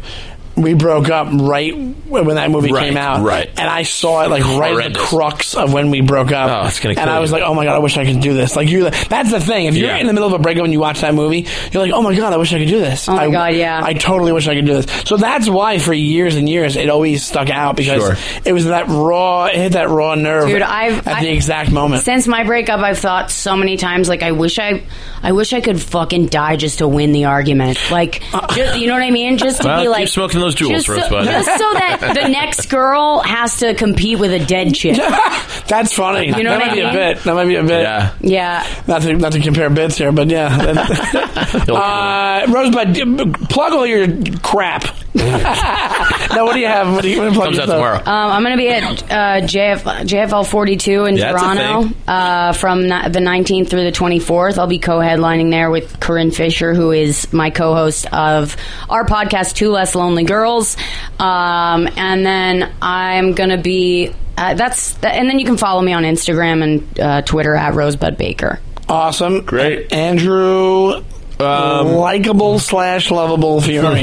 S4: We broke up right when that movie
S5: Right,
S4: came out,
S5: right.
S4: And I saw it like right at the
S5: Horrendous.
S4: crux of when we broke up.
S5: Oh, it's gonna kill
S4: and I was
S5: you.
S4: like, oh my god, I wish I could do this. Like you, that's the thing. If you're
S5: Yeah.
S4: in the middle of a breakup and you watch that movie, you're like, oh my god, I wish I could do this.
S6: Oh my
S4: I-
S6: God, yeah.
S4: I totally wish I could do this. So that's why for years and years it always stuck out because
S5: Sure.
S4: it was that raw, it hit that raw nerve
S6: Dude, I've-
S4: at
S6: I-
S4: the exact moment.
S6: Since my breakup, I've thought so many times, like I wish I, I wish I could fucking die just to win the argument. Like, just, you know what I mean? Just to
S5: Uh, Well,
S6: be
S5: keep
S6: like
S5: smoking those jewels,
S6: just so,
S5: Rosebud.
S6: just so that the next girl has to compete with a dead chick.
S4: that's funny.
S6: You know
S4: that
S6: what
S4: might
S6: I
S4: be a
S6: mean?
S4: bit. That might be a bit.
S5: Yeah,
S6: Yeah,
S4: Not to not to compare bits here, but yeah. That- uh, Rosebud, d- plug all your crap. now, what do you have? What do you, what do you plug
S5: comes out tomorrow.
S4: yourself?
S6: um, I'm gonna be at uh, JF, JFL 42 in
S5: Yeah, that's a
S6: Toronto
S5: thing.
S6: uh, from ni- the 19th through the 24th. I'll be co-headlining there with Corinne Fisher, who is my co-host of our podcast, Two Less Lonely Girls. Um, and then I'm gonna be uh, that's th- and then you can follow me on Instagram and uh, Twitter at Rosebud Baker.
S4: Awesome.
S5: Great. Um,
S4: Andrew, likable slash lovable Fury.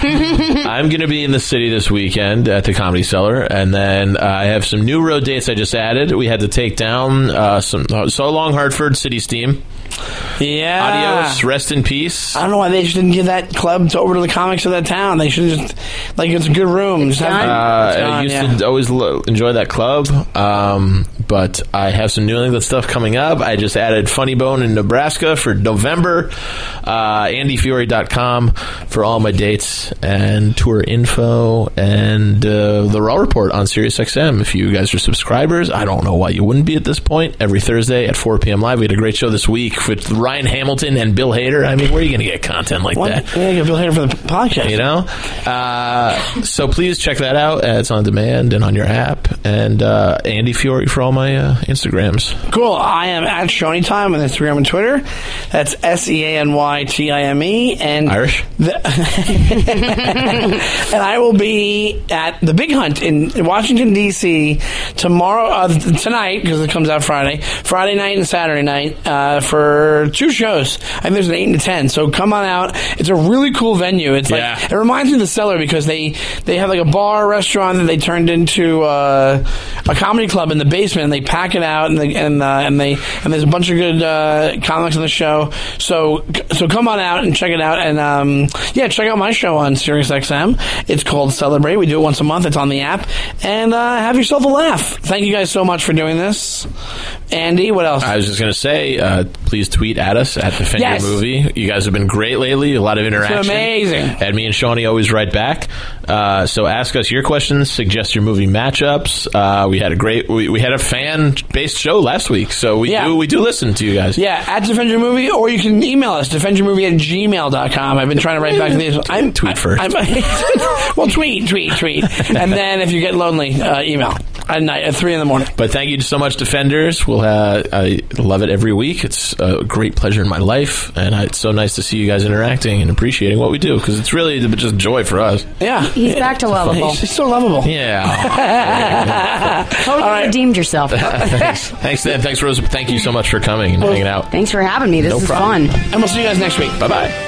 S5: I'm going to be in the city this weekend at the Comedy Cellar, and then uh, I have some new road dates I just added. We had to take down uh, some so long Hartford City Steam.
S4: yeah.
S6: Ah.
S5: Adios, rest in peace.
S4: I don't know why they just didn't give that club to, over to the comics of that town. They should just like it's a good room. Just have-
S6: done.
S5: Uh,
S4: It's
S5: and I
S4: gone,
S5: used
S4: yeah.
S5: to always lo- enjoy that club, um, but I have some New England stuff coming up. I just added Funny Bone in Nebraska for November. Uh, AndyFiore.com for all my dates and tour info and uh, the Raw Report on SiriusXM. If you guys are subscribers, I don't know why you wouldn't be at this point. Every Thursday at 4 p.m. live, we had a great show this week with Rob Ryan Hamilton and Bill Hader. I mean, where are you going to get content like
S4: What?
S5: that?
S4: Yeah, you'll be here for the podcast.
S5: You know? Uh, so please check that out. Uh, It's on demand and on your app. And uh, Andy Fiore for all my uh, Instagrams.
S4: Cool. I am at Shoney Time on Instagram and Twitter. That's S E A N Y T I M E. And
S5: Irish?
S4: The- and I will be at the Big Hunt in in Washington D.C. tomorrow, uh, th- tonight because it comes out Friday, Friday night and Saturday night uh, for two shows. I think there's an eight and a ten. So come on out. It's a really cool venue. It's like
S5: Yeah.
S4: it reminds me of the cellar because they they have like a bar restaurant that they turned into uh, a comedy club in the basement. and They pack it out and they, and uh, and they and there's a bunch of good uh, comics on the show. So so come on out and check it out and um, yeah, check out my show on SiriusXM. It's called Celebrate. We do it once a month. It's on the app and uh, have yourself a laugh. Thank you guys so much for doing this, Andy. What else?
S5: I was just going to say, uh, please tweet at us at Defend
S4: Yes.
S5: Your Movie. You guys have been great lately. A lot of interaction.
S4: amazing.
S5: And me and Shawnee always write back. Uh, so ask us your questions, suggest your movie matchups. Uh, we had a great, we, we had a fan based show last week. So we
S4: Yeah.
S5: do, we do listen to you guys.
S4: Yeah, at Defend Your Movie, or you can email us, defendyourmovie at gmail.com. I've been trying to write back to these. I'm,
S5: Tweet first.
S4: I'm, well, tweet, tweet, tweet. And then if you get lonely, uh, email at night, at 3 in the morning.
S5: But thank you so much, Defenders. We'll uh, I love it every week. It's a great pleasure in my life, and I, it's so nice to see you guys interacting and appreciating what we do because it's really just joy for us.
S4: Yeah.
S6: He's back to lovable.
S4: He's, he's so lovable.
S5: Yeah.
S6: Totally
S4: right.
S6: redeemed yourself.
S5: thanks, thanks, Dan. Thanks, Rose. Thank you so much for coming and hanging out.
S6: Thanks for having me. This
S5: No
S6: is
S5: problem.
S6: fun.
S4: And we'll see you guys next week.
S5: Bye bye.